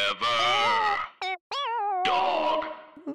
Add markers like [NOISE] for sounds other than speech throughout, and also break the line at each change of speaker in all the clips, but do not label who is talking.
Forever. Dog.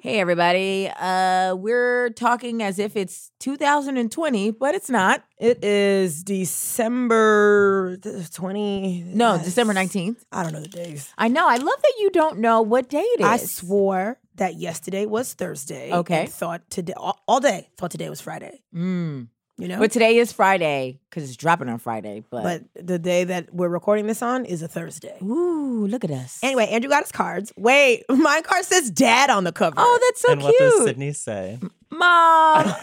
Hey, everybody. Uh, we're talking as if it's 2020, but it's not.
It is December th- 20.
No,
Yes.
December 19th.
I don't know the days.
I know. I love that you don't know what day it is.
I swore that yesterday was Thursday.
Okay.
and thought today, all, all day, thought today was Friday.
Mm.
You know?
But today is Friday because it's dropping on Friday. But,
but the day that we're recording this on is a Thursday.
ooh, look at us.
Anyway, Andrew got his cards. Wait, [LAUGHS] my card says dad on the cover.
Oh, that's so
and
cute.
what does Sydney say?
Mom.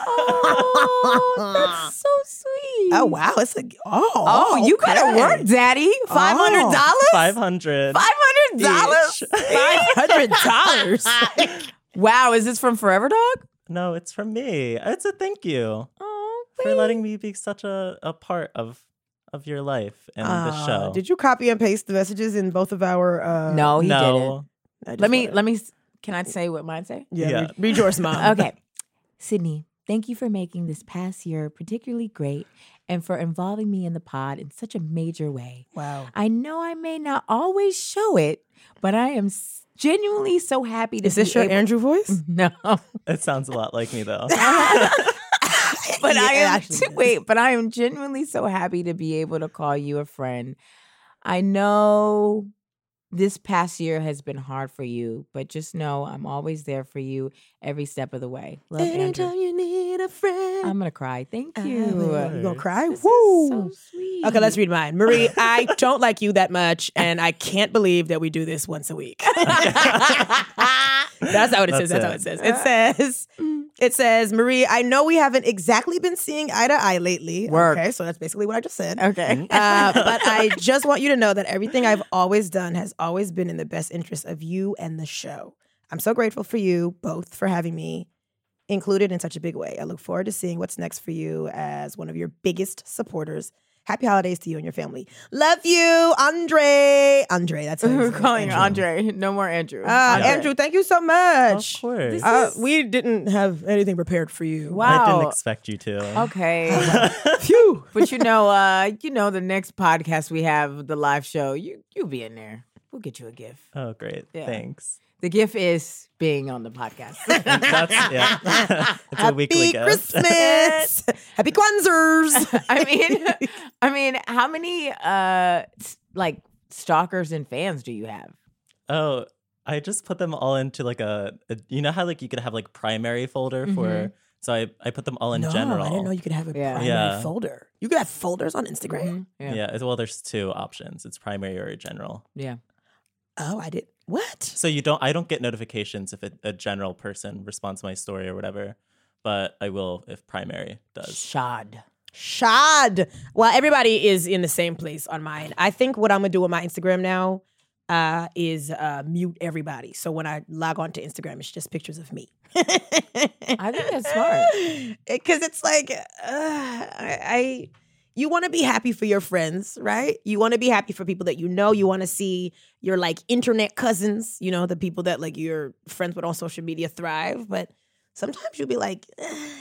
Oh,
[LAUGHS]
that's so sweet.
Oh, wow. It's a, oh,
Oh, you
okay. Oh.
gotta work, Daddy. Five hundred
Five
dollars.
hundred.
Five hundred dollars.
[LAUGHS] Five hundred
[LAUGHS]
dollars.
[LAUGHS] Wow, is this from Forever Dog?
No, it's from me. It's a thank you
Oh,
for letting me be such a, a part of of your life and the show.
Uh, Did you copy and paste the messages in both of our? Uh,
no, he
I just
no,
didn't. Let me.
wanna-
Let me. s- Can I say what mine say?
Yeah,
Yeah.
Read, read yours, mom. [LAUGHS]
Okay, Sydney. Thank you for making this past year particularly great and for involving me in the pod in such a major way.
Wow.
I know I may not always show it, but I am s- genuinely so happy to
Is this
be
your
able-
Andrew [LAUGHS] voice?
[LAUGHS] No.
it sounds a lot like me though.
but
Yeah,
I
it
am
actually is.
wait, but I am genuinely so happy to be able to call you a friend. I know this past year has been hard for you, but just know I'm always there for you every step of the way. Love, Andrew.
you need a friend.
I'm gonna cry. Thank
I
you.
will. You gonna cry?
This is
Woo!
so sweet.
okay,
[LAUGHS]
let's read mine. Marie, I don't like you that much, and I can't believe that we do this once a [LAUGHS] week. That's not what it says. That's
That's
not what it says. It [LAUGHS] says, it says, Marie, I know we haven't exactly been seeing eye to eye lately.
Work.
Okay, so that's basically what I just said.
Okay.
Mm, [LAUGHS]
Uh, but I just want you to know that everything I've always done has always been in the best interest of you and the show. I'm so grateful for you both for having me included in such a big way. I look forward to seeing what's next for you as one of your biggest supporters. Happy holidays to you and your family. Love you, Andre. Andre, that's how
[LAUGHS]
you
We're
say it,
calling Andre. No more Andrew.
Uh,
Andre.
Andrew, thank you so
Of
much.
course.
This
Uh,
is-
we didn't have anything prepared for you.
Wow.
I didn't expect you
[LAUGHS]
to.
Okay.
Phew.
But you know, uh, you know, the next podcast we have, the live show, you you be in there. We'll get you a gift.
[LAUGHS] Oh great.
Yeah.
Thanks.
The gift is being on the podcast. [LAUGHS]
[LAUGHS] That's yeah. [LAUGHS] it's a
Happy
weekly [LAUGHS] gift.
Christmas. Happy Kwanzers.
I mean, I mean, how many uh s- like stalkers and fans do you have?
Oh, I just put them all into like a, a- you know how like you could have like primary folder for so I, I put them all in
no,
general.
I didn't know you could have a
Yeah. Mm-hmm.
primary
Yeah.
folder. You could have folders on Instagram.
yeah. it's- well there's two options. It's primary or general.
yeah.
Oh, I did. What?
So you don't I don't get notifications if a, a general person responds to my story or whatever, but I will if primary does.
Shod.
Shad. Well, everybody is in the same place on mine. I think what I'm gonna do with my Instagram now uh, is uh, mute everybody. So when I log on to Instagram, it's just pictures of me.
I think that's
[LAUGHS]
smart.
because it's like uh, I, I you want to be happy for your friends right you want to be happy for people that you know you want to see your like internet cousins you know the people that like you're friends with on social media thrive but sometimes you'll be like "Ugh,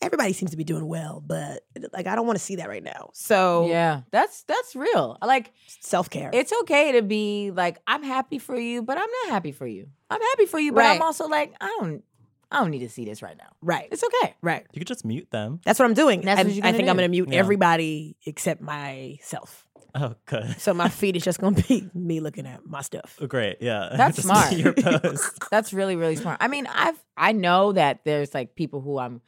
everybody seems to be doing well but like i don't want to see that right now
Oh.
so
Yeah. That's that's real. Like
self-care
it's okay to be like, I'm happy for you, but I'm not happy for you. I'm happy for you, but I'm
Right.
also like, I don't I don't need to see this right now.
right
It's okay.
right
You could just mute them.
that's what i'm doing
That's
I,
what you're
I
gonna
think i'm
do.
gonna mute
Yeah.
everybody except myself
Oh good. [LAUGHS]
so my feed is just gonna be me looking at my stuff [LAUGHS]
Oh, Great. Yeah. [LAUGHS]
That's
Just
smart.
Your post.
That's really really smart. I mean, I've I know that there's like people who I'm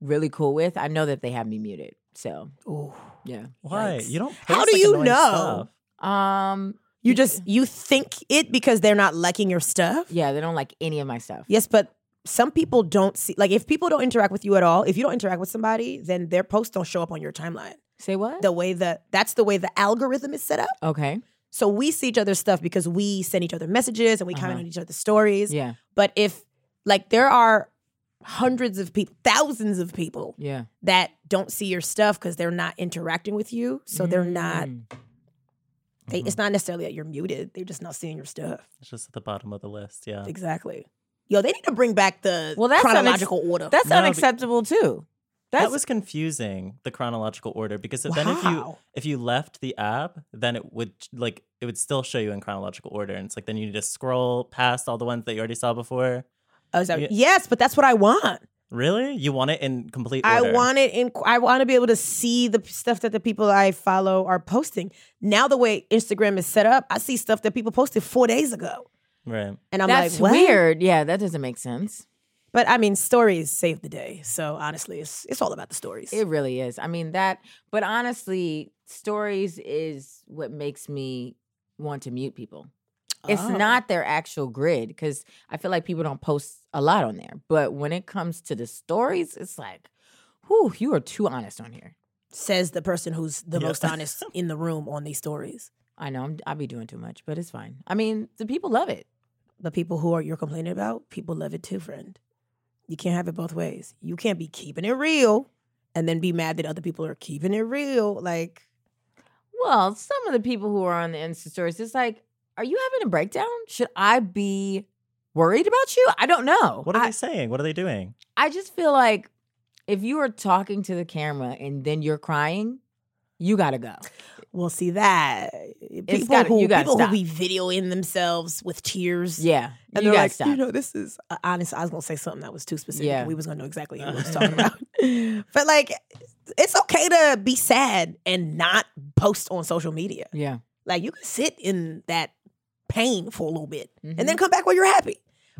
really cool with. I know that they have me muted. So,
Ooh.
yeah.
Why?
Yikes.
You don't
How
post,
do
like,
you
annoying
know?
stuff.
Um
You just you think it because they're not liking your stuff.
yeah, they don't like any of my stuff.
Yes, but some people don't see like if people don't interact with you at all, if you don't interact with somebody, then their posts don't show up on your timeline.
Say what?
The way that that's the way the algorithm is set up.
okay.
So we see each other's stuff because we send each other messages and we comment
Uh-huh.
on each other's stories.
Yeah.
But if like there are hundreds of people, thousands of people
Yeah.
that don't see your stuff because they're not interacting with you. So they're not
Mm. mm-hmm.
they
Mhm.
it's not necessarily that you're muted. They're just not seeing your stuff.
It's just at the bottom of the list. Yeah.
Exactly. Yo, they need to bring back the
Well, that's unex-
chronological order.
That's
No, be-
unacceptable too. That's
that was confusing the chronological order because then if you
Wow.
if you left the app, then it would like it would still show you in chronological order, and it's like then you need to scroll past all the ones that you already saw before.
Oh, is that-
Yeah.
Yes, but that's what I want.
Really, you want it in complete
I
order?
want it in. I want to be able to see the p- stuff that the people I follow are posting. Now the way Instagram is set up, I see stuff that people posted four days ago,
right.
and I'm
that's
like, what?
weird. Yeah, that doesn't make sense.
But I mean, stories save the day. So honestly, it's it's all about the stories.
It really is. I mean that, but honestly, stories is what makes me want to mute people. It's
Oh.
not their actual grid because I feel like people don't post a lot on there. But when it comes to the stories, it's like, whew, you are too honest on here.
says the person who's the
Yeah. [LAUGHS]
most honest in the room on these stories.
I know I'm, I'll be doing too much, but it's fine. I mean, the people love it.
The people who are you're complaining about, people love it too, friend. You can't have it both ways. You can't be keeping it real and then be mad that other people are keeping it real. Like,
Well, some of the people who are on the Insta stories, it's like, are you having a breakdown? Should I be worried about you? I don't know.
What are
I-
they saying? What are they doing?
I just feel like if you are talking to the camera and then you're crying, you gotta [LAUGHS] go.
we'll see that Eh, people
gotta-
who
you gotta
people
stop.
who be videoing themselves with tears.
Yeah,
And
you
they're
gotta
like,
stop.
you know, this is uh, honest. I was gonna say something that was too specific.
Yeah.
and We was gonna know exactly who I was
[LAUGHS]
talking about. [LAUGHS] But like, it's okay to be sad and not post on social media.
yeah,
Like you can sit in that pain for a little bit
Mhm.
and then come back when you're happy.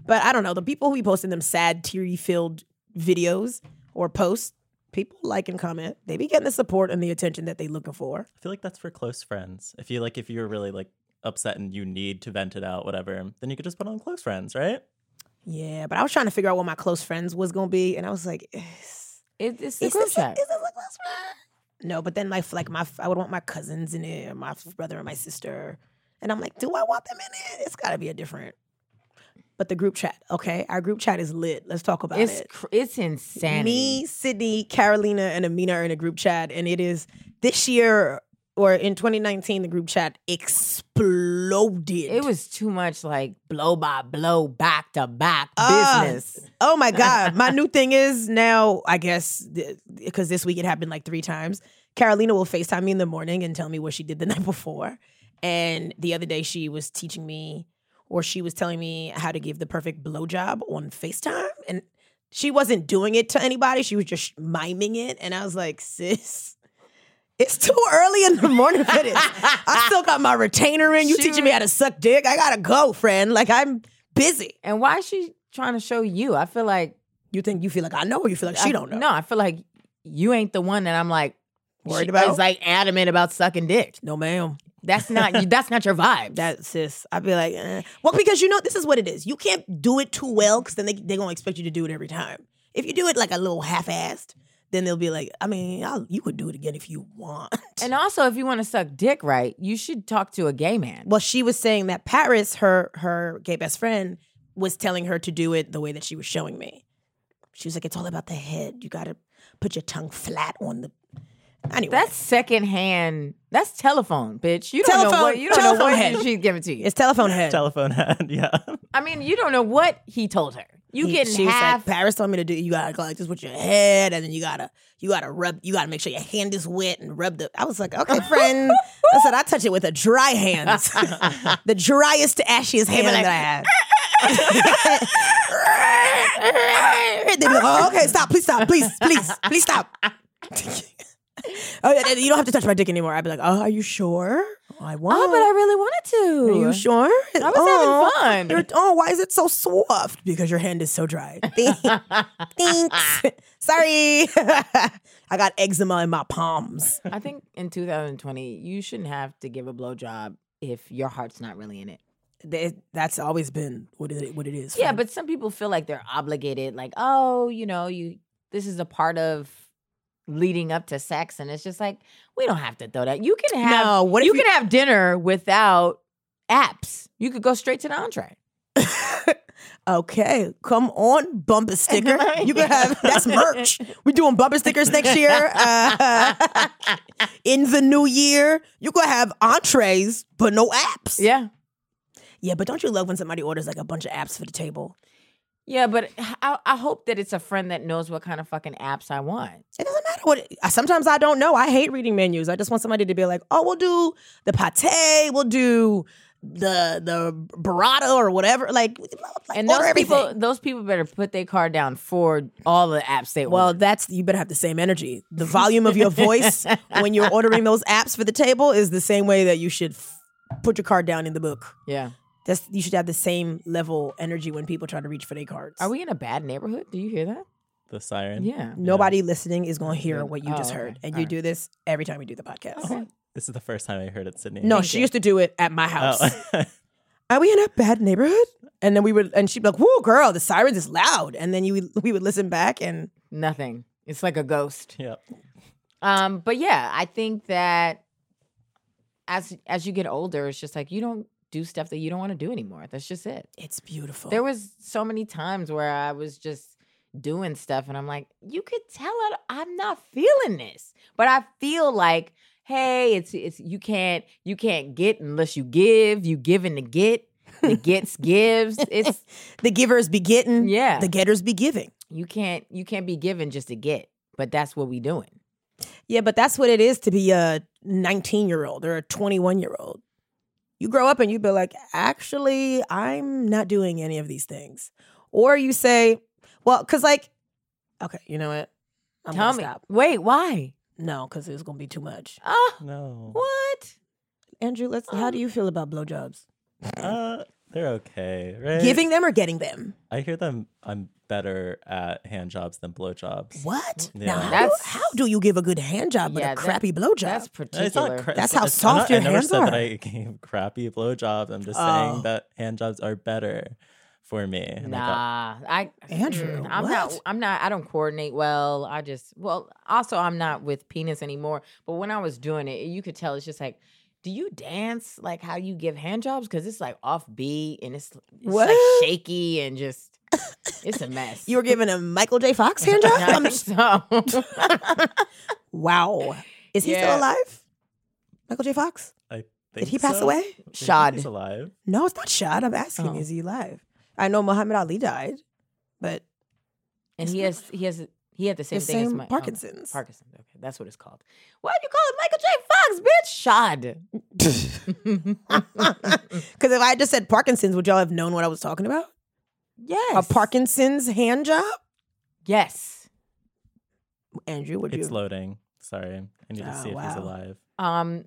But I don't know, the people who be posting them sad, teary filled videos or posts, people like and comment. They be getting the support and the attention that they looking for.
I feel like that's for close friends. If you like, if you're really like upset and you need to vent it out, whatever, then you could just put on close friends, right?
Yeah, but I was trying to figure out what my close friends was gonna be, and I was like, is,
it, it's the
is,
group
this, a,
chat.
is this a close friend? No, but then like like my I would want my cousins in it, and my f- brother and my sister, and I'm like, do I want them in it? It's got to be a different. But the group chat, okay, our group chat is lit. Let's talk about
It's
it.
cr- it's insanity.
Me, Sydney, Carolina, and Amina are in a group chat, and it is this year or in 2019, the group chat exploded.
it was too much like blow by blow, back to back
Ah.
business.
Oh my God. My new thing is now, I guess, because this week it happened like three times. Carolina will FaceTime me in the morning and tell me what she did the [LAUGHS] night before. And the other day she was teaching me or she was telling me how to give the perfect blowjob on FaceTime. And she wasn't doing it to anybody, she was just miming it. And I was like, sis. It's too early in the morning for this. I still got my retainer in. You
She
teaching me how to suck dick. I gotta go, friend. Like I'm busy.
And why is she trying to show you? I feel like
You think you feel like I know, or you feel like she
I-
don't know?
No, I feel like you ain't the one that I'm like
Worried
she
about?
Is like adamant about sucking dick.
No, ma'am.
That's not you. That's not your vibe.
That sis, I'd be like, eh. well, because you know this is what it is. You can't do it too well because then they they gonna expect you to do it every time. If you do it like a little half assed, then they'll be like, I mean, I'll, you could do it again if you want. [LAUGHS]
And also, if you want to suck dick right, you should talk to a gay man.
well, she was saying that Paris, her her gay best friend, was telling her to do it the way that she was showing me. She was like, it's all about the head. You gotta put your tongue flat on the. Anyway,
That's secondhand. That's telephone, bitch. You don't know
Telephone-
what you don't know
telephone
what
head.
she's giving to you.
it's telephone head.
Telephone head, [LAUGHS] yeah.
I mean, you don't know what he told her. You
He-
getting
she
half.
Was like, Paris told me to do. You gotta go like this with your head, and then you gotta you gotta rub. You gotta make sure your hand is wet and rub the. I was like, okay, friend. I said I touch it with a dry
[LAUGHS]
hand, the driest, ashiest hand
like,
that I had. They'd be like, oh, okay, stop, please stop, please, please,
[LAUGHS]
please stop. oh, yeah, you don't have to touch my dick anymore. I'd be like, oh, are you sure? Oh, I want.
oh, but I really wanted to.
Are you sure? I
was having fun.
oh, why is it so soft? Because your hand is
[LAUGHS]
so dry. [LAUGHS] Thanks. Sorry. [LAUGHS] I got eczema in my palms.
I think in 2020, you shouldn't have to give a blowjob if your heart's not really in it.
That- That's always been what it, what it is.
Yeah,
friend.
but some people feel like they're obligated, like, oh, you know, you this is a part of leading up to sex, and it's just like we don't have to throw that. You can have
No, what if
you
you-
can have dinner without apps. You could go straight to the entree.
okay, come on,
[LAUGHS]
bumper sticker. You can have that's merch. We're doing bumper stickers next year. Uh, [LAUGHS] in the new year, you gonna have entrees but no apps.
[LAUGHS] Yeah,
yeah, but don't you love when somebody orders like a bunch of apps for the table?
Yeah, but I, I hope that it's a friend that knows what kind of fucking apps I want.
It doesn't matter what. It, sometimes I don't know. I hate reading menus. I just want somebody to be like, "Oh, we'll do the pate. We'll do the the burrata or whatever." Like, like
And
order
those
everything.
people, those people better put their card down for all the apps they
Well,
order.
that's you better have the same energy. The volume of
[LAUGHS]
your voice when you're ordering those apps for the table is the same way that you should f- put your card down in the book.
yeah.
That's you should have the same level energy when people try to reach for their cards.
Are we in a bad neighborhood? Do you hear that?
The siren.
Yeah.
Nobody listening is going to hear what you
Oh,
just
okay.
heard, and
All
you
right.
do this every time we do the podcast.
Okay.
This is the first time I heard it, Sydney.
No,
Thank
she
you.
used to do it at my house.
Oh. [LAUGHS]
Are we in a bad neighborhood? And then we would, and she'd be like, "Whoa, girl, the sirens is loud." And then you [LAUGHS] would- we would listen back, and
Nothing. It's like a ghost.
yep.
Um, but yeah, I think that as as you get older, it's just like you don't do stuff that you don't want to do anymore. That's just it.
it's beautiful.
There was so many times where I was just doing stuff and I'm like, you could tell it I'm not feeling this. But I feel like, hey, it's it's you can't you can't get unless you give. You giving to get. The
[LAUGHS]
gets gives. It's
the givers be getting,
yeah.
[LAUGHS] The getters be giving.
you can't you can't be given just to get. But that's what we doing.
Yeah, but that's what it is to be a 19 year old or a 21 year old. You grow up and you be like, actually, I'm not doing any of these things. Or you say, well, because like, okay, you know what? I'm
Tell
gonna
me.
stop.
Wait, why?
No, because it's gonna be too much.
Oh,
No.
what?
Andrew, let's. how do you feel about blowjobs?
Uh, they're okay, right?
Giving them or getting them?
I hear them. I'm better at hand jobs than blowjobs.
What?
Yeah.
Now, how, do,
That's-
how do you give a good hand job but
Yeah,
a
that-
crappy blowjob?
That's particular.
cra-
That's how
it's-
soft
I'm
your
not, I never
hands
said that
are.
I [LAUGHS] gave crappy blowjobs. I'm just
Oh.
saying that hand jobs are better for me. And I thought,
Nah, I
Andrew,
mm, I'm not.
what?
I'm not. I don't coordinate well. I just well. Also, I'm not with penis anymore. But when I was doing it, you could tell it's just like, do you dance like how you give hand jobs? Because it's like off beat and it's, it's like
What?
shaky and just it's a mess.
you were giving a Michael J. Fox hand job?
I [LAUGHS]
I'm
think so. [LAUGHS]
Wow. Is he
Yeah.
still alive? Michael J. Fox?
think
Did he pass
so. [LAUGHS] I
away?
think
Shod.
He's alive.
No, it's not shot. I'm asking,
Oh.
is he alive? I know Muhammad Ali died, but
and he has he has he had the same
the
thing as
same
my oh, [LAUGHS]
Parkinson's.
Parkinson's. Okay, that's what it's called. Why would you call it Michael J.
[LAUGHS]
Fox, bitch? Shod.
[LAUGHS] Because if I had just said Parkinson's, would y'all have known what I was talking about?
[LAUGHS] yes.
A Parkinson's hand job?
Yes.
Andrew, would you?
It's loading. Sorry. I need to
Oh,
see if he's
wow.
alive.
Um,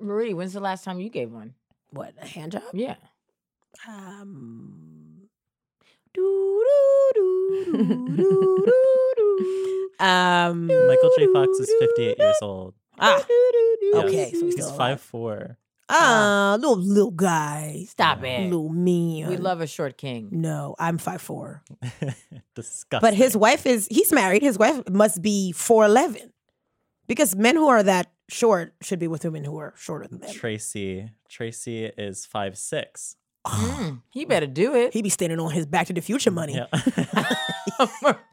Marie, when's the last time you gave one?
What, a hand job?
Yeah.
Um, [LAUGHS] um,
Michael J. Fox is
[LAUGHS]
58 years old.
ah,
Yes.
okay. So he's
He's
still alive.
five four. [LAUGHS]
Ah, little, little guy.
Stop it.
Little me.
We love a short king.
No, I'm five four.
Disgusting.
But his wife is he's married. His wife must be four eleven. Because men who are that short should be with women who are shorter than them.
Tracy. Tracy is five six.
Mm, he better do it.
He be standing on his back to the future money.
Yeah.
[LAUGHS]
[LAUGHS]
[LAUGHS]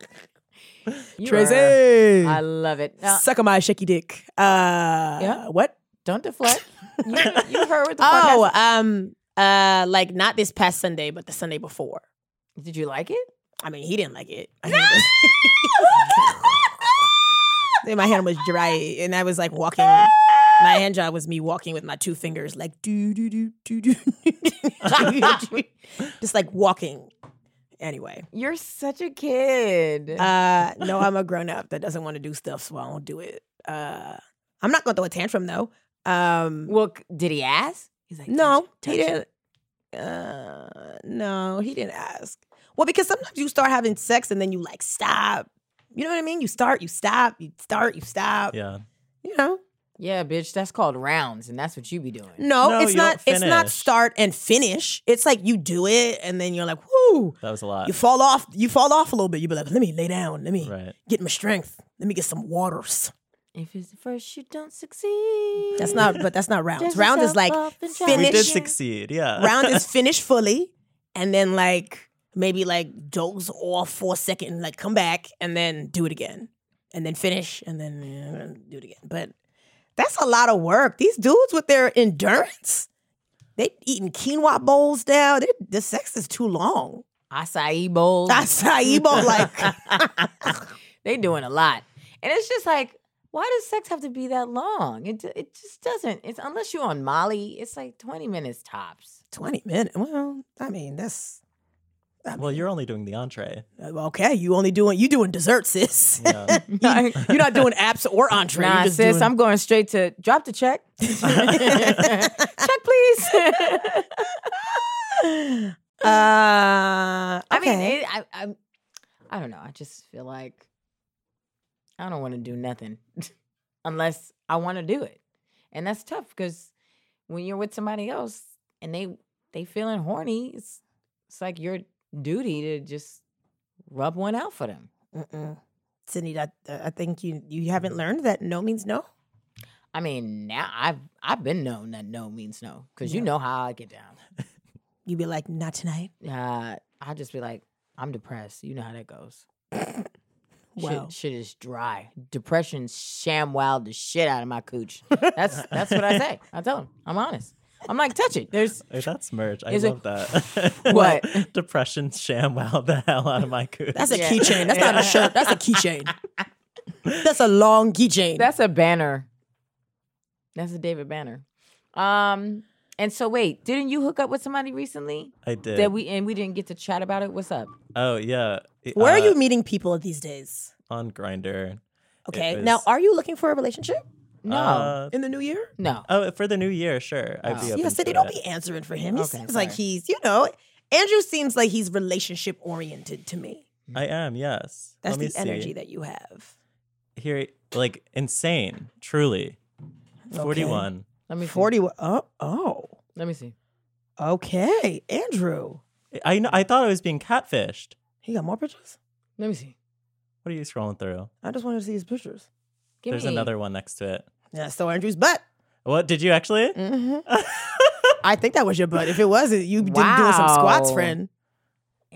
You are-
Tracy
I love it. Now,
Suck on my shaky dick. Uh
Yeah.
what?
don't deflect. [LAUGHS] You, you heard what the
Oh,
podcast-
um uh like not this past Sunday, but the Sunday before.
Did you like it?
I mean he didn't like it. I think [LAUGHS] it was- my hand was dry and I was like walking my hand job was me walking with my two fingers like do do do do do [LAUGHS] just like walking anyway
You're such a kid.
uh no i'm a grown-up that doesn't want to do stuff so i don't do it uh i'm not gonna throw a tantrum though um
well, c- did he ask? He's like,
no
touch
he
it.
didn't uh no he didn't ask well because sometimes you start having sex and then you like stop you know what i mean you start you stop you start you stop
yeah.
you know
Yeah, bitch, that's called rounds, and that's what you be doing.
No,
No,
it's
you don't
not. It's not
finish.
start and finish. It's like you do it, and then you're like, "Whoo!"
That was a lot.
You fall off. You fall off a little bit. You be like, "Let me lay down. Let me
Uh, Right.
get my strength. Let me get some waters."
If it's the first, you don't succeed.
[LAUGHS]
That's not. But that's not rounds.
Dust
Round is
yourself
like
off and try
We did
finish.
succeed. Yeah.
round is finish fully, and then like maybe like doze off for a second, and like come back, and then do it again, and then finish, and then uh, do it again. But that's a lot of work. These dudes with their
[LAUGHS]
endurance, they eating quinoa bowls down. They, the sex is too long.
acai bowls.
Acai bowl, like [LAUGHS]
they doing a lot, and it's just like, why does sex have to be that long? It it just doesn't. It's unless you're on Molly, it's like twenty minutes
[LAUGHS]
tops.
20 minutes. Well, I mean, that's
[LAUGHS]
uh,
Well, you're only doing the
[LAUGHS]
entree.
okay. You only doing you doing dessert,
[LAUGHS]
sis.
Yeah.
you, [LAUGHS] are not doing apps or entree.
Nah,
you're just
sis,
doing-
I'm going straight to drop the
[LAUGHS]
check. [LAUGHS] check, please. [LAUGHS]
Uh, okay.
I mean, it, I, I, I don't know. I just feel like I don't want to do nothing [LAUGHS] unless I want to do it, and that's tough because when you're with somebody else and they they feeling horny, it's it's like your duty to just rub one out for them.
Mm-mm. Sydney, that, uh, I think you you haven't
Mm-hmm.
learned that no means no.
I mean, now I've I've been known that no means no because you
Yeah.
know how I get down.
You be like, not tonight.
Uh, I just be like, I'm depressed. You know how that goes. [LAUGHS]
Wow.
Shit, shit is dry. Depression sham wild the shit out of my cooch. [LAUGHS] That's that's what I say. I tell him. I'm honest. I'm like, touch it. There's
Oh, that's merch. I
Is it-
love that. [LAUGHS]
What?
Depression sham wow the hell out of my cooch.
That's a
Yeah.
keychain. That's not
Yeah.
a shirt. That's
[LAUGHS]
a keychain. That's a long keychain.
that's a banner. That's a David banner. Um, and so wait, didn't you hook up with somebody recently
I did.
that we and we didn't get to chat about it? What's up?
oh yeah. It-
Where are
uh,
you meeting people these days?
on Grinder?
Okay. Now, are you looking for a relationship
No,
Uh,
in the new year?
no.
oh, for the new year, sure. I'd be
Oh.
open
Yeah,
to
Sydney,
it.
don't be answering for him. He
Okay,
seems like
sorry.
he's, you know, Andrew seems like he's relationship oriented to me.
I am. Yes.
That's
Let me
the energy
see.
that you have.
Here, like insane. Truly, forty-one.
Let me see.
40. Oh, oh,
Let me see.
okay. Andrew,
I know. I thought I was being catfished.
he got more pictures?
Let me see.
What are you scrolling through?
I just wanted to see his pictures.
Give
There's
me
another one next to it.
Yeah, so Andrew's butt.
What did you actually?
Mm-hmm.
hmm [LAUGHS] I think that was your butt. If it wasn't, you did doing some
Wow.
squats, friend.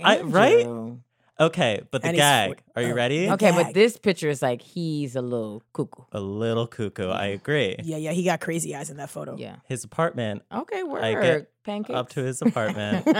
I- right?
Andrew.
okay, but the
And he's
gag.
fort-
are you
oh,
ready?
the
Okay, but
gag.
this picture is like he's a little cuckoo.
A little cuckoo. I agree.
Yeah, yeah, he got crazy eyes in that photo.
Yeah.
His apartment.
Okay, work.
I Oh. get
Pancakes.
Up to
[LAUGHS]
his apartment.
you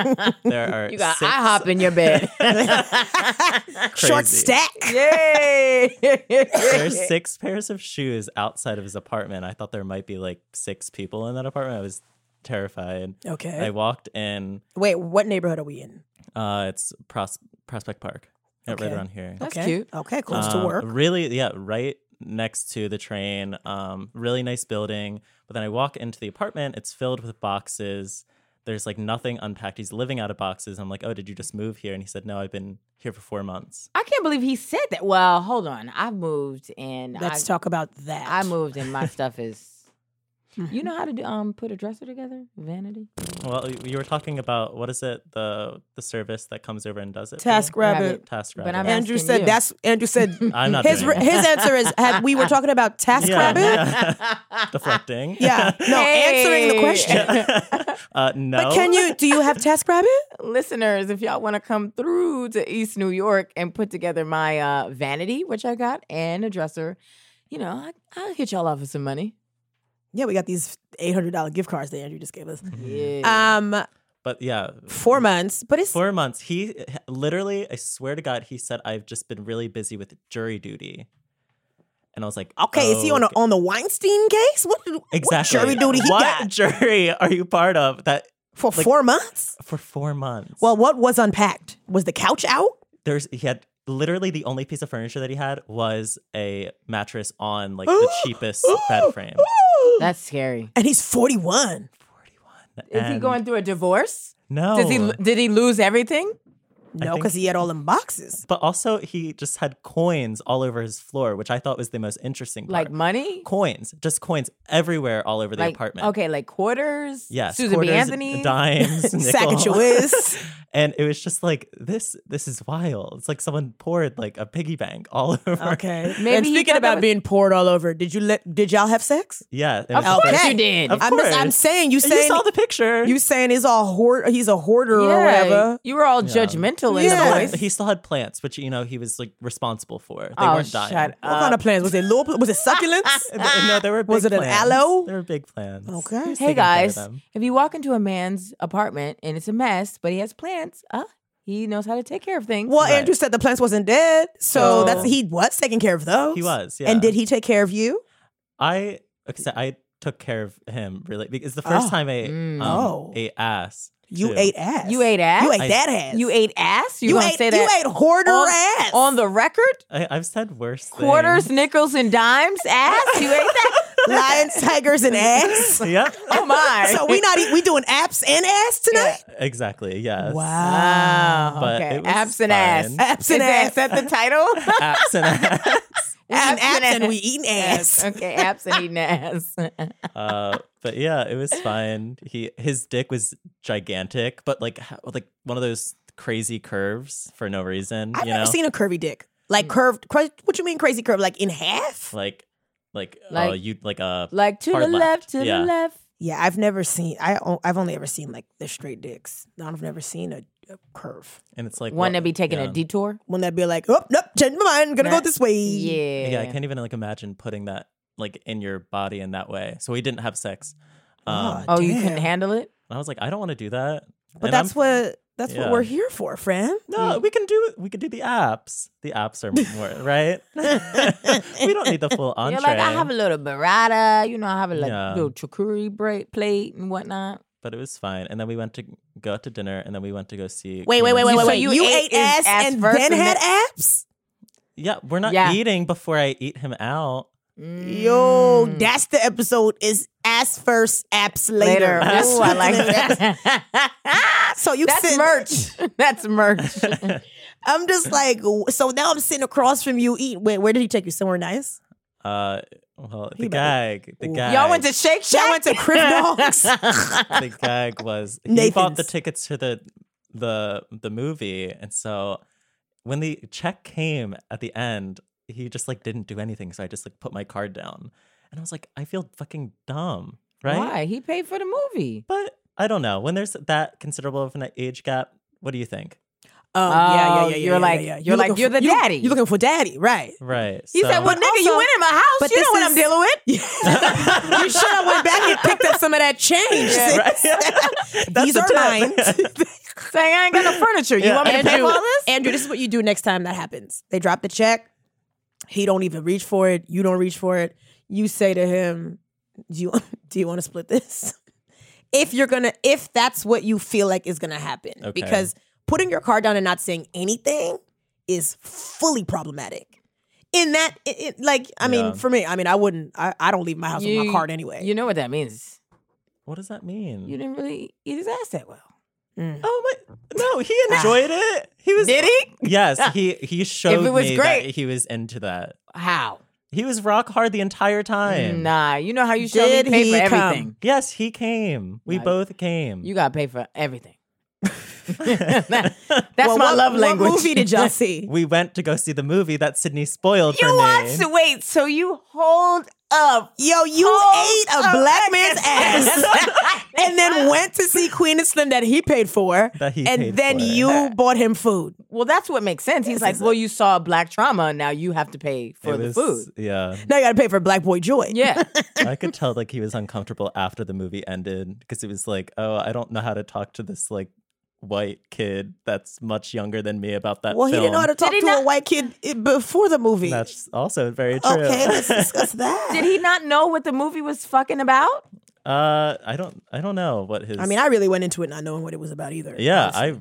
there are
got
six
IHOP in your bed.
[LAUGHS]
Short
Crazy.
stack.
[LAUGHS] Yay!
There's six pairs of shoes outside of his apartment. I thought there might be like six people in that apartment. I was terrified.
Okay.
I walked in.
Wait, what neighborhood are we in?
Uh, it's Pros- Prospect Park, uh,
Okay.
right around here.
That's
okay.
cute.
Okay, close
Um,
to work.
Really, yeah, right next to the train. Um, really nice building. But then I walk into the apartment. It's filled with boxes. There's like nothing unpacked. He's living out of boxes. I'm like, oh, did you just move here? And he said, no, I've been here for four months.
I can't believe he said that. Well, hold on. I moved and
Let's
I,
talk about that.
I moved and
[LAUGHS]
my stuff is.
Mhm.
You know how to do, um put a dresser together? Vanity.
Well, you were talking about what is it the the service that comes over and does it? for you?
Task Rabbit.
Rabbit.
Task
But
Rabbit.
I'm
Andrew
asking
said
you.
that's Andrew said
[LAUGHS]
I'm not
his
doing [LAUGHS] it.
his answer is have we were talking about Task
[LAUGHS]
[LAUGHS]
Yeah, [LAUGHS]
Rabbit? Yeah. [LAUGHS]
deflecting. [LAUGHS]
No, answering the
Hey.
question. [LAUGHS]
uh, no.
But can you do you have
[LAUGHS]
Task Rabbit?
[LAUGHS] listeners, if y'all want to come through to East New York and put together my uh, vanity, which I got, and a dresser, you know, I, I'll hit y'all off with some money.
Yeah, we got these eight hundred dollar gift cards that Andrew just gave us.
Yeah.
Um,
But yeah,
four months, but it's
four months. He literally, I swear to God, he said I've just been really busy with jury duty, and I was like,
okay. Is he on a,
okay.
on the Weinstein case? What
exactly
What jury duty he
What
got
jury are you part of that
for
like-
four months?
for four months?
Well, what was unpacked was the couch out.
there's he had literally the only piece of furniture that he had was a mattress on
[GASPS]
like the cheapest bed frame.
That's scary.
and he's forty one.
Forty-one.
Is he
And
going through a divorce?
No.
Does he
Oh.
did he lose everything?
No,
think-
because he had all them boxes.
But also, he just had coins all over his floor, which I thought was the most interesting part.
Like money?
coins, just coins everywhere all over the
like
apartment.
okay, like quarters.
Yes.
Susan
quarters,
B. Anthony. [LAUGHS]
dimes,
Sack of
nickels.
Joys.
[LAUGHS] and it was just like this. This is wild. It's like someone poured like a piggy bank all [LAUGHS] over.
Okay.
Maybe
and
he
speaking
thought that
about
was-
being poured all over, did you let did y'all have sex?
Yeah. It
Of
was the
course
first-
Okay.
you did.
Of
I'm just, I'm
course.
saying you
You
saying
saw the picture.
you saying he's all hoard he's a hoarder or whatever.
You were all judgmental in
Yeah.
the voice.
he still had plants, which you know he was like responsible for. They
oh,
weren't dying.
shut
What kind
up.
of plans was it? Little, was it succulents?
[LAUGHS] Th- No, there were.
[LAUGHS]
Big
Was it an
plants.
aloe?
There were big plants.
Okay.
He was
Hey
taking care of
guys,
them.
if you walk into a man's apartment and it's a mess, but he has plants, uh, He knows how to take care of things.
Well,
Right.
Andrew said the plants wasn't dead, so
Oh.
that's he was taking care of those.
He was, yeah.
And did he take care of you?
I except I took care of him really because it's the first
Oh.
time I
Mm.
um,
Oh.
ate ass.
You
too.
ate ass.
You ate ass.
You ate
I-
that ass.
You ate ass. You,
You
gonna
ate.
say
you
that
ate hoarder
on-
ass
on the record?
I, I've said worse things.
Quarters, nickels, and dimes. Ass. You ate
[LAUGHS]
that?
[LAUGHS] lions, tigers, [LAUGHS] and ass.
[LAUGHS] Yep.
Oh my.
so we not eat, we doing apps and ass tonight.
exactly. Yes.
Wow.
But
Oh, okay.
it was
Abs and ass.
fun.
Apps and ass.
Is that the [LAUGHS] title?
Apps and [LAUGHS] ass.
We eating apps and we
ass.
eating ass.
Okay, abs and eating [LAUGHS] ass.
Uh, but yeah, it was fun. He his dick was gigantic, but like ha- like one of those crazy curves for no reason.
I've
you
never
know,
seen a curvy dick. Like curved, cra- what you mean crazy curve? Like in half?
[LAUGHS] like like oh
Like-
you like a
like to
Hard
the
left.
left, to
Yeah.
the left.
Yeah, I've never seen. I o- I've only ever seen like the straight dicks. I've never seen a, a curve.
and it's like
One
what-
to be taking
yeah.
a detour.
One that'd be like, oh nope, change my mind. Gonna go
Nah.
this way.
Yeah.
Yeah, I can't even like imagine putting that like in your body in that way. So we didn't have sex. Um,
Oh,
Oh, you
Damn.
couldn't handle it?
and I was like, I don't want to do that.
But
And
that's
I'm-
what that's what
yeah.
we're here for, friend.
no, we can do we can do the apps. The apps are more right. [LAUGHS] we don't
[LAUGHS]
need the full entree.
You're like, I have a little burrata, you know, I have a like,
Yeah.
little chakuri break, plate and whatnot.
but it was fine. And then we went to go out to dinner, and then we went to go see.
Wait, wait, wait, wait,
So
wait, wait.
you
You, ate,
ate
ass,
his ass
and
first
then
and
had
then-
abs?
Yeah, we're not
Yeah.
eating before I eat him out.
Yo,
Mm.
that's the episode. Is ass first, abs later.
Ooh,
That's
I [LAUGHS]
what's
like
in it.
that.
So you [LAUGHS]
That's
sit-
merch. [LAUGHS] That's
[LAUGHS]
merch.
[LAUGHS] I'm just like, w- so now I'm sitting across from you. Eat. Wait, where did he take you? Somewhere nice?
Uh, well, the
He better-
gag, the
Ooh.
gag,
Y'all went to Shake Shack.
Y'all went to Crib [LAUGHS] Dogs?
[LAUGHS] the gag was he bought
Nathan's.
the tickets to the the the movie, and so when the check came at the end, he just like didn't do anything. So I just like put my card down, and I was like, I feel fucking dumb, right?
Why? He paid for the movie.
But I don't know. When there's that considerable of an age gap, what do you think?
Oh,
Oh, you're like- you're like,
looking
you're
for-
the
look-
daddy.
You're looking for daddy, right? [LAUGHS]
Right.
He said,
so-
"Well,
But
nigga, you
also-
went in my house.
but
you know
this
what
is-
I'm dealing with."
you should have went back and picked up some of that change.
Yeah,
[LAUGHS]
These are mine.
Saying I ain't got no furniture. You
Yeah.
want me to pay for all this?
Andrew, this is what you do next time that happens. They drop the check. He don't even reach for it. You don't reach for it. You say to him, "Do you do you want to split this?" [LAUGHS] If you're gonna, if that's what you feel like is gonna happen,
Okay.
because putting your card down and not saying anything is fully problematic. In that, it, it- like, I
Yeah.
mean, for me, I mean, I wouldn't. I, I don't leave my house with my
You-
card anyway.
You know what that means.
What does that mean?
You didn't really eat his ass that well.
Mm.
oh my! No, he enjoyed it. He was.
Ah. Did he? Ah.
Yes, he he showed
it was
me that
great.
he was into that.
How?
He was rock hard the entire time.
Nah, you know how you showed
Did
me pay
he
for
come?
everything.
Yes, he came. We
Nah,
both came. [LAUGHS]
You [LAUGHS] gotta pay for everything. That's
Well,
my
what-
love language.
What movie
[LAUGHS]
did y'all see?
we went to go see the movie that Sydney spoiled
You
for
watched
me.
it. Wait, so you hold up.
Yo, you
Oh,
ate a
oh,
black [LAUGHS] man's ass
[LAUGHS]
and then went to see Queen and Slim that he paid for.
That he
and
paid
then
for.
you bought him food.
Well, that's what makes sense. He's like,
is
well, you saw black trauma. Now you have to pay for
It
the
was-
food.
Yeah,
Now you gotta pay for Black Boy Joy.
Yeah.
I could tell like he was uncomfortable after the movie ended because it was like, oh, I don't know how to talk to this like white kid that's much younger than me about that.
Well, he didn't
film.
know how to talk
he
to a
not-
white kid i- before the movie.
That's also very true.
okay, let's discuss that.
Did he not know what the movie was fucking about?
[LAUGHS] Uh, I don't, I don't know what his.
I mean, I really went into it not knowing what it was about either.
yeah, I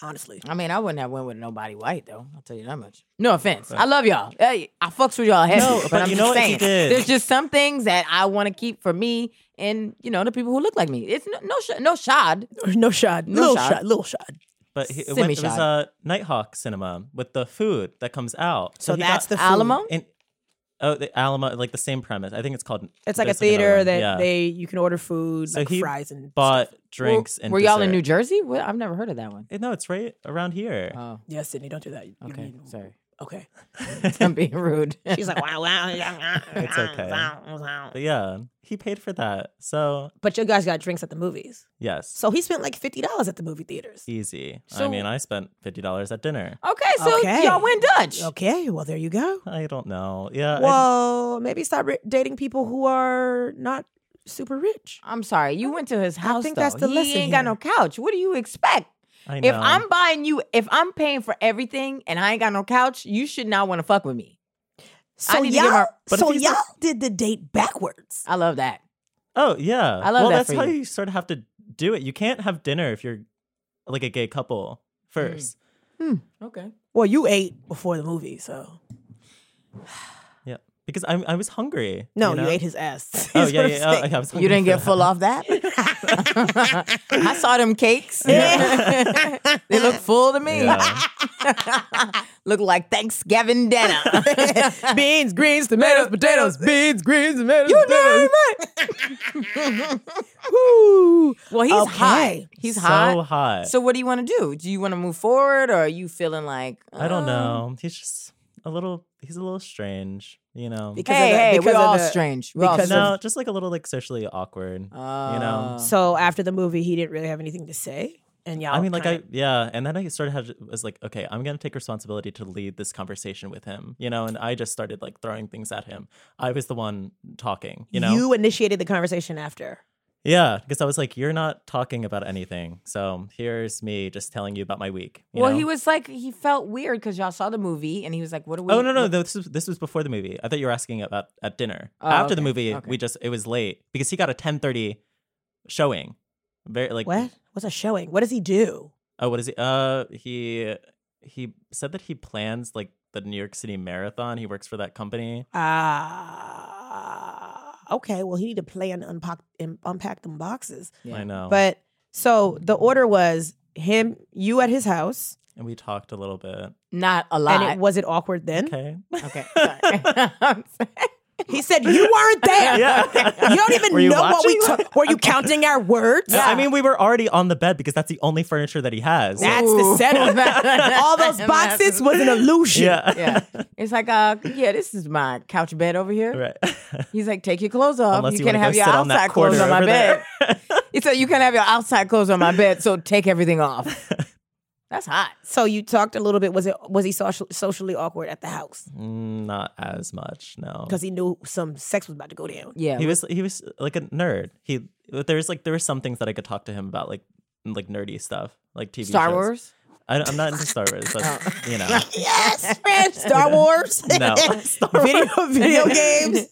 honestly, I honestly.
I mean, I wouldn't have went with nobody white though. I'll tell you that much. No offense. I love y'all. Hey, I fucks with y'all heavy,
No,
but,
but
I'm
you
just
know what he
saying.
did?
There's just some things that I want to keep for me and you know the people who look like me. It's no no, sh- no shod.
No shot,
No
little
shot.
shot, little shot.
but he, it, went, it was
Semi-shot.
uh, Nighthawk Cinema with the food that comes out.
So
he
that's the
got-
food.
Alamo?
and oh the Alamo like the same premise. I think it's called.
It's like
there's
a
another
theater
one.
that
Yeah.
they you can order food,
So
like
he
fries and
bought drinks
Were,
and.
were y'all in
dessert.
New Jersey? What? I've never heard of that one.
Eh, No, it's right around here.
Oh,
Yeah, Sydney, don't do that. You
okay.
mean-
Sorry,
Okay.
[LAUGHS] I'm being
[LAUGHS]
rude.
She's like, wow, wow.
It's okay. But yeah, he paid for that. So
But you guys got drinks at the movies.
yes,
So he spent like fifty dollars at the movie theaters.
easy. I
So-
mean, I spent fifty dollars at dinner.
okay, so
Okay.
y'all went Dutch.
Okay, well there you go.
I don't know. Yeah, I-
Well, maybe stop ri- dating people who are not super rich.
I'm sorry. You went to his house.
think
though.
that's the
he
lesson
ain't got
here.
no couch. What do you expect?
I know.
If I'm buying you, if I'm paying for everything and I ain't got no couch, you should not want to fuck with me.
So
need to give
y'all,
her-
but if
so
he's
y'all
like-
did the date backwards.
I love that.
oh yeah,
I love
well,
that
that's
for
how
you.
you. sort of have to do it. You can't have dinner if you're like a gay couple
Mm.
first.
Okay.
Well, you ate before the movie, so
Yeah, because I'm I was hungry.
no, you,
[LAUGHS]
know?
ate his ass. [LAUGHS]
Oh
is
yeah,
what
yeah.
I'm
oh,
saying.
I was
You didn't
hungry
get
for
full
that.
off [LAUGHS] that? I saw them cakes.
Yeah.
[LAUGHS] they look full to me.
Yeah.
[LAUGHS] look like Thanksgiving [LAUGHS] dinner.
beans, greens, tomatoes, potatoes. Beans, greens, tomatoes, you potatoes.
Oh.
Woo.
well, he's
Okay.
high. He's
so
hot.
hot.
So what do you want to do? Do you want to move forward or are you feeling like
I don't
uh,
know. He's just a little. He's a little strange. You know.
Because
Hey,
of the-
hey,
because
we're
of
all
the-
strange. We're all
because
strange.
No, just like a little like socially awkward. you know.
Uh,
So after the movie, he didn't really have anything to say, and y'all.
I mean, like I
kinda-
yeah, and then I sort of had was like, okay, I'm gonna take responsibility to lead this conversation with him, you know. And I just started like throwing things at him. I was the one talking, you know.
you initiated the conversation after.
yeah, because I was like, you're not talking about anything, so here's me just telling you about my week. you
well,
know?
he was like he felt weird because y'all saw the movie and he was like, "What are we?"
Oh no no
what-
this was, this was before the movie. I thought you were asking about at dinner.
Oh,
After the
okay,
movie,
okay.
we just it was late because he got a 10:30 showing. Very like
What? What's a showing? What does he do?
Oh, what is he? Uh, he he said that he plans like the New York City Marathon. He works for that company.
Ah. okay. Well, he need to play and unpack and unpack them boxes.
Yeah.
I know.
But so the order was him, you at his house,
and we talked a little bit.
not a lot.
and it was it awkward then?
[LAUGHS]
Okay.
okay, sorry. [LAUGHS]
He said you weren't there.
[LAUGHS] Yeah.
You don't even
Were you
know what we
[LAUGHS]
[LAUGHS] watching?
took. Were you counting our words?
No, I mean, we were already on the bed because that's the only furniture that he has.
That's the
Ooh.
setup. All those
That's-
boxes was an illusion.
[LAUGHS]
[LAUGHS]
yeah.
yeah, it's like, uh, yeah, this is my couch bed over here.
[LAUGHS]
[LAUGHS]
Right.
He's like, take your clothes off. Um,
Unless
you
you
can't
wanna
have
go
your
sit on that
outside clothes
corner
on my
over
bed.
there.
[LAUGHS] he said, you can't have your outside clothes on my bed, so take everything
[LAUGHS]
off. That's hot.
So you talked a little bit. Was it was he social, socially awkward at the house
[LAUGHS] Mm, Not as much. No.
because he knew some sex was about to go down?
Yeah,
he was he was like a nerd. He there's like there were some things that I could talk to him about like like nerdy stuff like TV
Star
shows.
Wars.
I, am not into Star
[LAUGHS]
Wars.
Oh.
But, you know.
Yes, friend.
[LAUGHS]
Star Wars. [LAUGHS]
No. Star
Video,
[LAUGHS]
video games,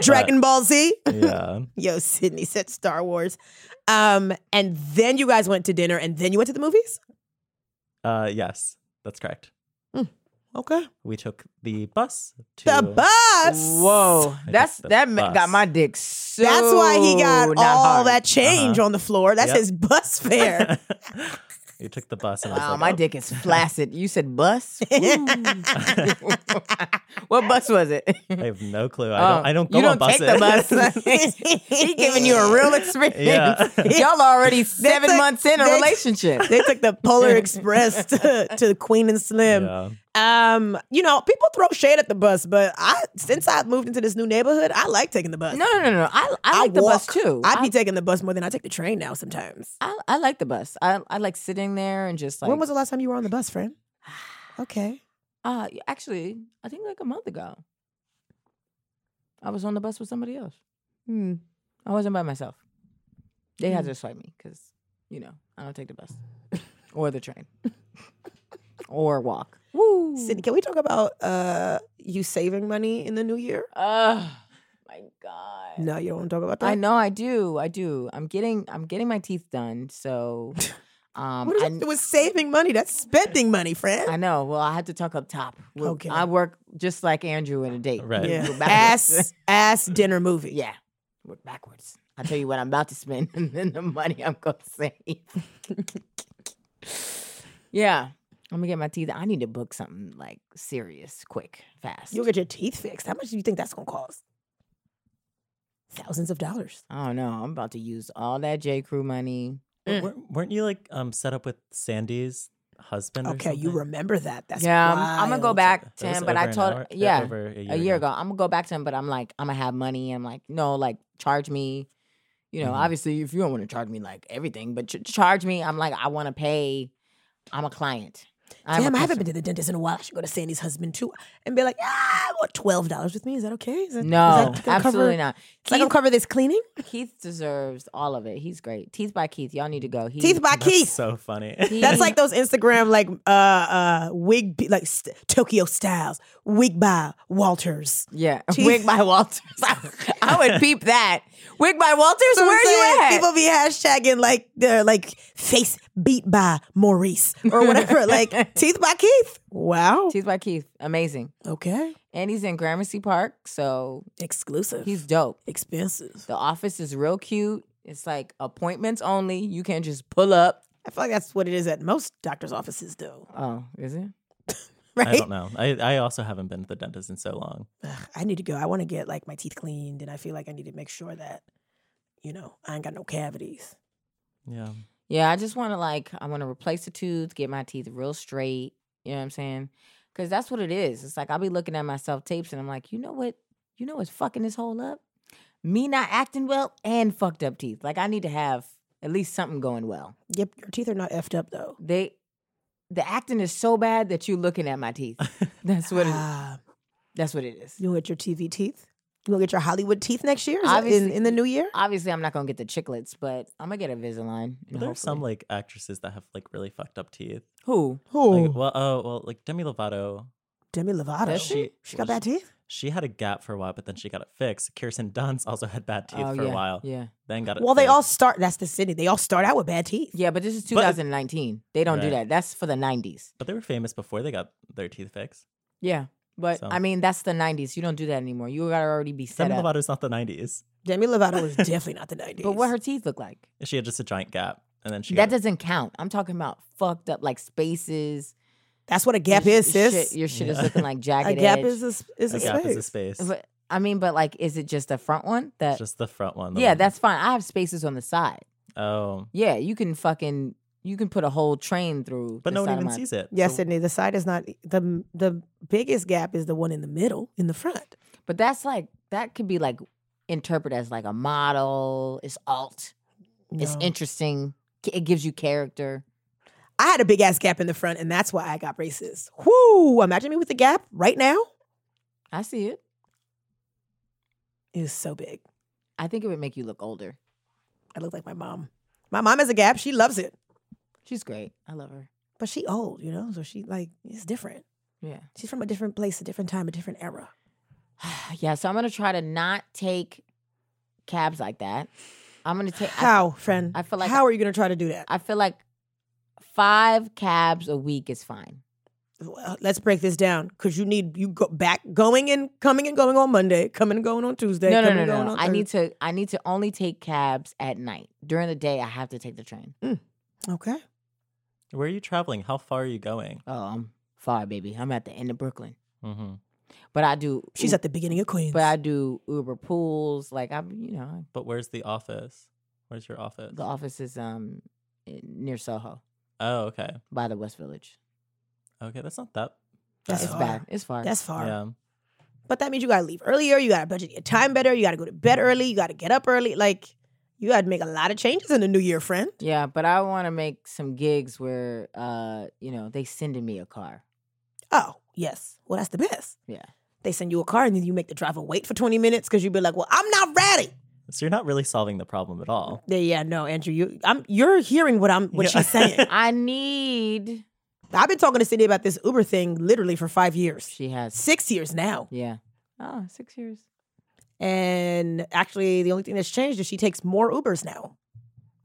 Dragon Ball Z.
Yeah.
Yo, Sydney said Star Wars. Um, and then you guys went to dinner, and then you went to the movies.
Uh, yes, that's correct.
Okay,
We took the bus to
the bus.
Whoa,
I
that's
took the
that ma- got
bus.
my dick so.
That's why he got
not
all
hard.
that change on the floor. That's
Uh-huh. Yep.
his bus fare.
[LAUGHS]
[LAUGHS]
we took the bus and I was
Wow,
like,
my
oh.
dick is flaccid. You said
[LAUGHS]
bus. [LAUGHS] what bus was it?
I have no clue. I don't. I don't go
Oh, you
on
don't take
buses.
the
[LAUGHS]
bus. [LAUGHS] he giving you a
[LAUGHS]
real experience.
Yeah.
Y'all already seven
like-
months in a
that's-
relationship.
they took the Polar Express to, to Queen and Slim.
yeah.
Um, you know, people throw shade at the bus, but I since I moved into this new neighborhood, I like taking the
[LAUGHS]
bus.
No, no, no, no. I I like the bus
walk.
too.
I'd
I,
be taking the bus more than I take the train now sometimes.
I, I like the bus. I I like sitting there and just like.
when was the last time you were on the bus, [SIGHS] friend? Okay.
Uh, actually, I think like a month ago. I was on the bus with somebody else. Hmm. I wasn't by myself. They
Hmm.
had to swipe me because, you know, I don't take the bus or the
[LAUGHS]
train or walk. Woo.
Sydney, can we talk about uh you saving money in the new year?
Oh my god.
No, you don't want to talk about that.
I know. I do. I do. I'm getting. I'm getting my teeth done. So,
[LAUGHS]
um,
What is
I,
it? it was saving money. That's spending money, friend.
I know. Well, I had to talk up top. Well,
Okay.
I work just like Andrew in a date.
Right.
We
Yeah.
go backwards.
ass ass dinner movie.
Yeah, work backwards. I'll tell you what I'm about to spend [LAUGHS] and then the money I'm going to save. [LAUGHS] yeah. I'm going to get my teeth. I need to book something like serious, quick, fast.
You'll get your teeth fixed. How much do you think that's gonna cost? Thousands of dollars.
I don't know. I'm about to use all that J. Crew money.
Mm.
Wer- weren't you like um set up with Sandy's husband? or
Okay, you
something?
remember that. That's
yeah, I'm, going to go
wild.
back to
That was
him, but I
over an
told
hour-
yeah,
over a year,
a year ago. I'm gonna go back to him, but I'm like, I'm gonna have money. I'm like, no, like charge me. You
Mm-hmm.
know,
Mhm.
obviously, if you don't want to charge me like everything, but ch- charge me. I'm like, I want to pay. I'm a client. have a
Damn, I haven't
question.
been to the dentist in a while. I should go to Sandy's husband too and be like, ah, what twelve dollars with me? Is that okay? Is that,
No,
is that gonna
absolutely
cover,
not.
It's like I'll cover this cleaning.
Keith deserves all of it. He's great. Teeth by Keith. Y'all need to go. He,
Teeth by
That's
Keith.
so funny. [LAUGHS]
That's like those Instagram like uh uh wig pe- like st- Tokyo Styles wig by Walters.
yeah, [LAUGHS]
Teeth-
wig by
[LAUGHS]
Walters. I would peep that. Wig by Walters.
So I'm
where
saying,
you at?
People be hashtagging like they're like face beat by Maurice [LAUGHS] or whatever. like teeth by Keith. Wow.
Teeth by Keith. Amazing.
Okay.
And he's in Gramercy Park, so
Exclusive.
he's dope.
expensive.
The office is real cute. It's like appointments only. You can't just pull up.
I feel like that's what it is at most doctors' offices, though.
Oh, is it?
Right?
I don't know. I, I also haven't been to the dentist in so long.
Ugh, I need to go. I want to get like my teeth cleaned, and I feel like I need to make sure that you know I ain't got no cavities.
Yeah.
Yeah, I just want to like I want to replace the tooth, get my teeth real straight. You know what I'm saying? Because that's what it is. It's like I'll be looking at myself tapes and I'm like, you know what? You know what's fucking this whole up? Me not acting well and fucked up teeth. Like I need to have at least something going well.
Yep, your teeth are not effed up though.
They, the acting is so bad that you're looking at my [LAUGHS] teeth. That's what it,
Ah,
that's what it is.
you gonna get your TV teeth? You gonna get your Hollywood teeth next year? Is that in,
Obviously.
in the new year?
Obviously, I'm not gonna get the chiclets, but I'm gonna get a Visaline.
But there are some like actresses that have like really fucked up teeth.
who?
Oh,
Like, well, oh, well, like Demi Lovato,
Demi Lovato.
Does
she?
She got bad teeth.
she had a gap for a while, but then she got it fixed. Kirsten Dunst also had bad teeth
Oh,
for
yeah,
a while,
Yeah,
then got it.
Well, they all
fixed.
start. That's the city. They all start out with bad teeth.
yeah, but this is
But-
2019. they don't do
Right.
that. That's for the 90s.
but they were famous before they got their teeth fixed.
Yeah. But
So-
I mean, that's the 90s. You don't do that anymore. You gotta already be set
Demi
up.
Lovato's not the '90s.
Demi Lovato
[LAUGHS]
was definitely not the nineties.
But what her teeth look like?
She had just a giant gap, and then she
that
got it-
doesn't count. I'm talking about fucked up like spaces.
that's what a gap
Your sh-
is, sis.
Shit, your shit is
Yeah.
looking
[LAUGHS]
like
a
jagged
gap
edge.
is a, s- is a,
a gap
space.
is a space.
But, I mean, but like, is it just the front one? That
It's just the front one. the
yeah,
one-
that's fine. I have spaces on the side.
oh,
Yeah, you can fucking you can put a whole train through.
but
the
no one
side of
even
my-
sees it.
Yes,
so,
Sydney. The side is not the the biggest gap is the one in the middle in the front.
But that's like that could be like interpreted as like a model. It's alt. It's
No.
interesting. K- It gives you character.
I had a big ass gap in the front, and that's why I got braces. Whoo! Imagine me with the gap right now.
I see it.
It was so big.
I think it would make you look older.
I look like my mom. My mom has a gap. She loves it,
She's great. I love her.
but she old, you know. So she like it's different.
Yeah.
She's from a different place, a different time, a different era.
[SIGHS] Yeah. So I'm gonna try to not take cabs like that. I'm gonna take I-
How, friend?
I feel like-
how are you gonna try to do that?
I, feel like five cabs a week is fine.
Well, let's break this down because you need you go back going and coming and going on Monday, coming and going on Tuesday.
no, no,
coming
no,
and
no.
going
no.
on
I need
Thursday.
to. I need to only take cabs at night. During the day, I have to take the train.
Okay.
Where are you traveling? How far are you going?
Oh, I'm far, baby. I'm at the end of Brooklyn,
hmm
but I do.
She's at the beginning of Queens.
Mm. But I do Uber pools. Like I'm, you know,
But where's the office? Where's your office?
the office is um in- near Soho
oh, okay,
by the West Village.
okay. That's not that.
That's
it's
far.
bad. It's far.
That's far.
Yeah.
But that means you gotta leave earlier. You gotta budget your time better. You gotta go to bed early. You gotta get up early. Like you gotta make a lot of changes in the new year, friend.
Yeah, but I want to make some gigs where, uh, you know, they sending me a car.
Oh yes, well that's the best.
Yeah.
They send you a car and then you make the driver wait for twenty minutes because you be like, well, I'm not ready.
So you're not really solving the problem at
Oh.
all.
Yeah, yeah, no, Andrew, you, I'm you're hearing what I'm what
Yeah.
[LAUGHS]
she's saying.
I need.
I've been talking to Cindy about this Uber thing literally for five years,
She has.
six years now,
Yeah. Oh, six years.
and actually the only thing that's changed is she takes more Ubers now,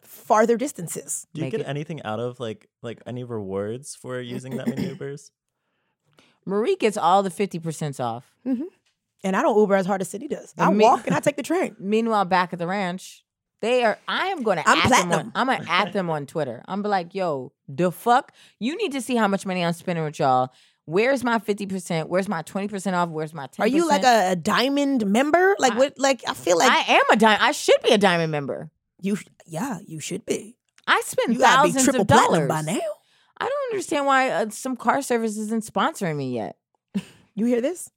farther distances.
Do you
Make
get
it-
anything out of like like any rewards for using
[COUGHS]
that many Ubers?
Marie gets all the fifty percent off.
And I don't Uber as hard as Cindy does. I
And me-
walk and I take the train.
Meanwhile, back at the ranch, they are. I am going to.
I'm
at Them
platinum.
on, I'm gonna
[LAUGHS]
at them on Twitter. I'm be like, yo, the fuck. You need to see how much money I'm spending with y'all. Where's my fifty percent? Where's my twenty percent off? Where's my ten?
Are you like a, a diamond member? Like
I-
what? Like I feel like
I am a diamond. I should be a diamond member.
you. sh- Yeah, you should be.
I spend
You gotta be
thousands
triple
of dollars
platinum by now.
I don't understand why uh, some car service isn't sponsoring me yet.
You hear this?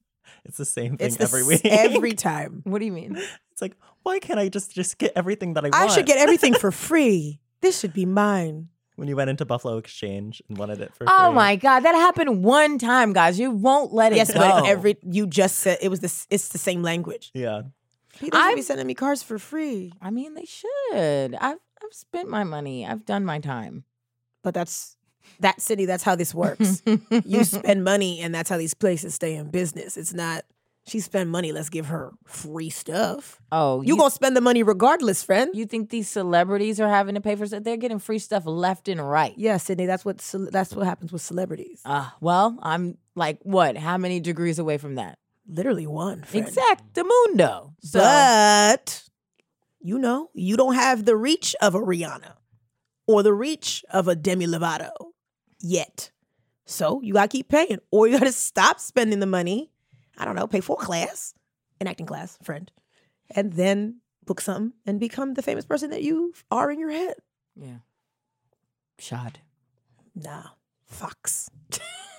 It's the same thing
It's the
every
s-
week. [LAUGHS]
Every time.
What do you mean?
It's like, why can't I just just get everything that I want? [LAUGHS]
I should get everything for free. This should be mine.
when you went into Buffalo Exchange and wanted it for
Oh
free.
my god, that happened one time, guys. You won't let it
Yes,
go.
but every you just said it was this. It's the same language.
Yeah.
People
I'm-
should be sending me cars for free,
I mean, they should. I've I've spent my money. I've done my time.
but that's that city. That's how
[LAUGHS]
this works. you spend money, and that's how these places stay in business. It's not she spend money. Let's give her free stuff.
oh,
You, gonna spend the money regardless, friend.
You think these celebrities are having to pay for stuff? They're getting free stuff left and right.
yeah, Sydney. That's what cel- that's what happens with celebrities.
Uh, well, I'm like, what? How many degrees away from that?
Literally one. Friend.
Exactamundo. So,
but you know, you don't have the reach of a Rihanna or the reach of a Demi Lovato yet. So you gotta keep paying, or you gotta stop spending the money. I don't know, pay for a class, an acting class, friend, and then book something and become the famous person that you are in your head.
yeah. Shod. [LAUGHS]
Nah, Fox,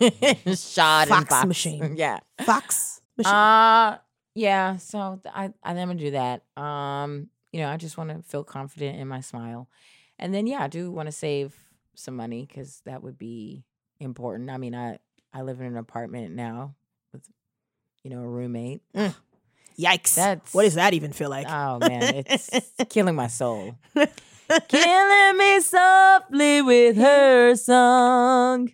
Shod and
Fox
box.
machine.
[LAUGHS] Yeah.
Fox,
[LAUGHS]
machine.
Uh yeah. So th- I I am gonna do that. Um, you know, I just want to feel confident in my smile, and then yeah, I do want to save some money because that would be important. I mean, I I live in an apartment now with, you know, a roommate.
Yikes!
That's-
Mm. what does that even feel like?
Oh man,
[LAUGHS]
it's killing my soul. killing me softly
[LAUGHS]
with her song.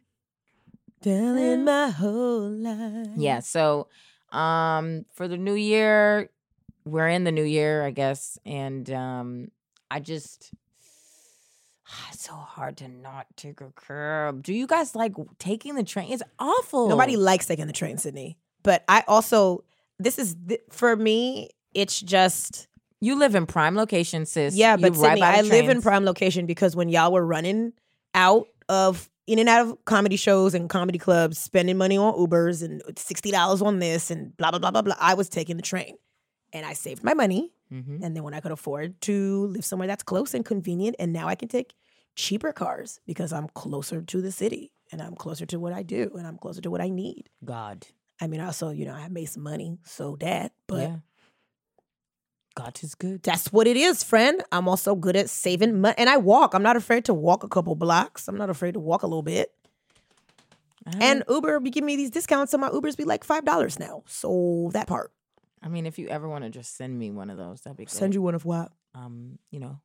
Telling my whole life.
Yeah. So, um, for the new year, we're in the new year, I guess, and um, I just [SIGHS] it's so hard to not take a curb. Do you guys like taking the train? It's awful.
Nobody likes taking the train, Sydney. But I also, this is th- for me. It's just
You live in prime location, sis.
yeah.
You
But
right
Sydney,
by the
I live in
trains.
prime location because when y'all were running out of in and out of comedy shows and comedy clubs, spending money on Ubers and sixty dollars on this and blah blah blah blah blah, I was taking the train, and I saved my money.
Mhm.
And then when I could afford to live somewhere that's close and convenient, and now I can take cheaper cars because I'm closer to the city and I'm closer to what I do and I'm closer to what I need.
God.
I mean, also, you know, I made some money, so that, but
yeah. God is good.
that's what it is, friend. I'm also good at saving money. And I walk. I'm not afraid to walk a couple blocks. I'm not afraid to walk a little bit. And Uber be giving me these discounts, so my Ubers be like $5 now. So that part.
I mean, if you ever want to just send me one of those, that'd be good.
Send you one of what?
um, you know,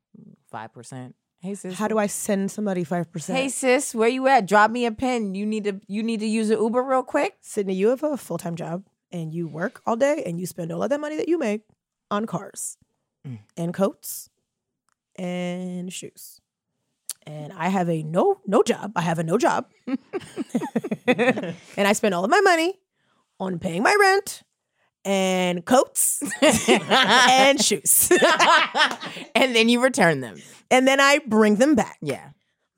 five percent. Hey sis,
How do I send somebody 5%?
Hey sis, where you at? Drop me a pin. You need to you need to use an Uber real [LAUGHS] quick.
Sydney, you have a full time job and you work all day and you spend all of that money that you make on cars
Mm.
and coats and shoes. And I have a no no job. I have a no job. and I spend all of my money on paying my rent and coats and shoes.
[LAUGHS]
[LAUGHS]
and then you return them.
and then I bring them back.
Yeah.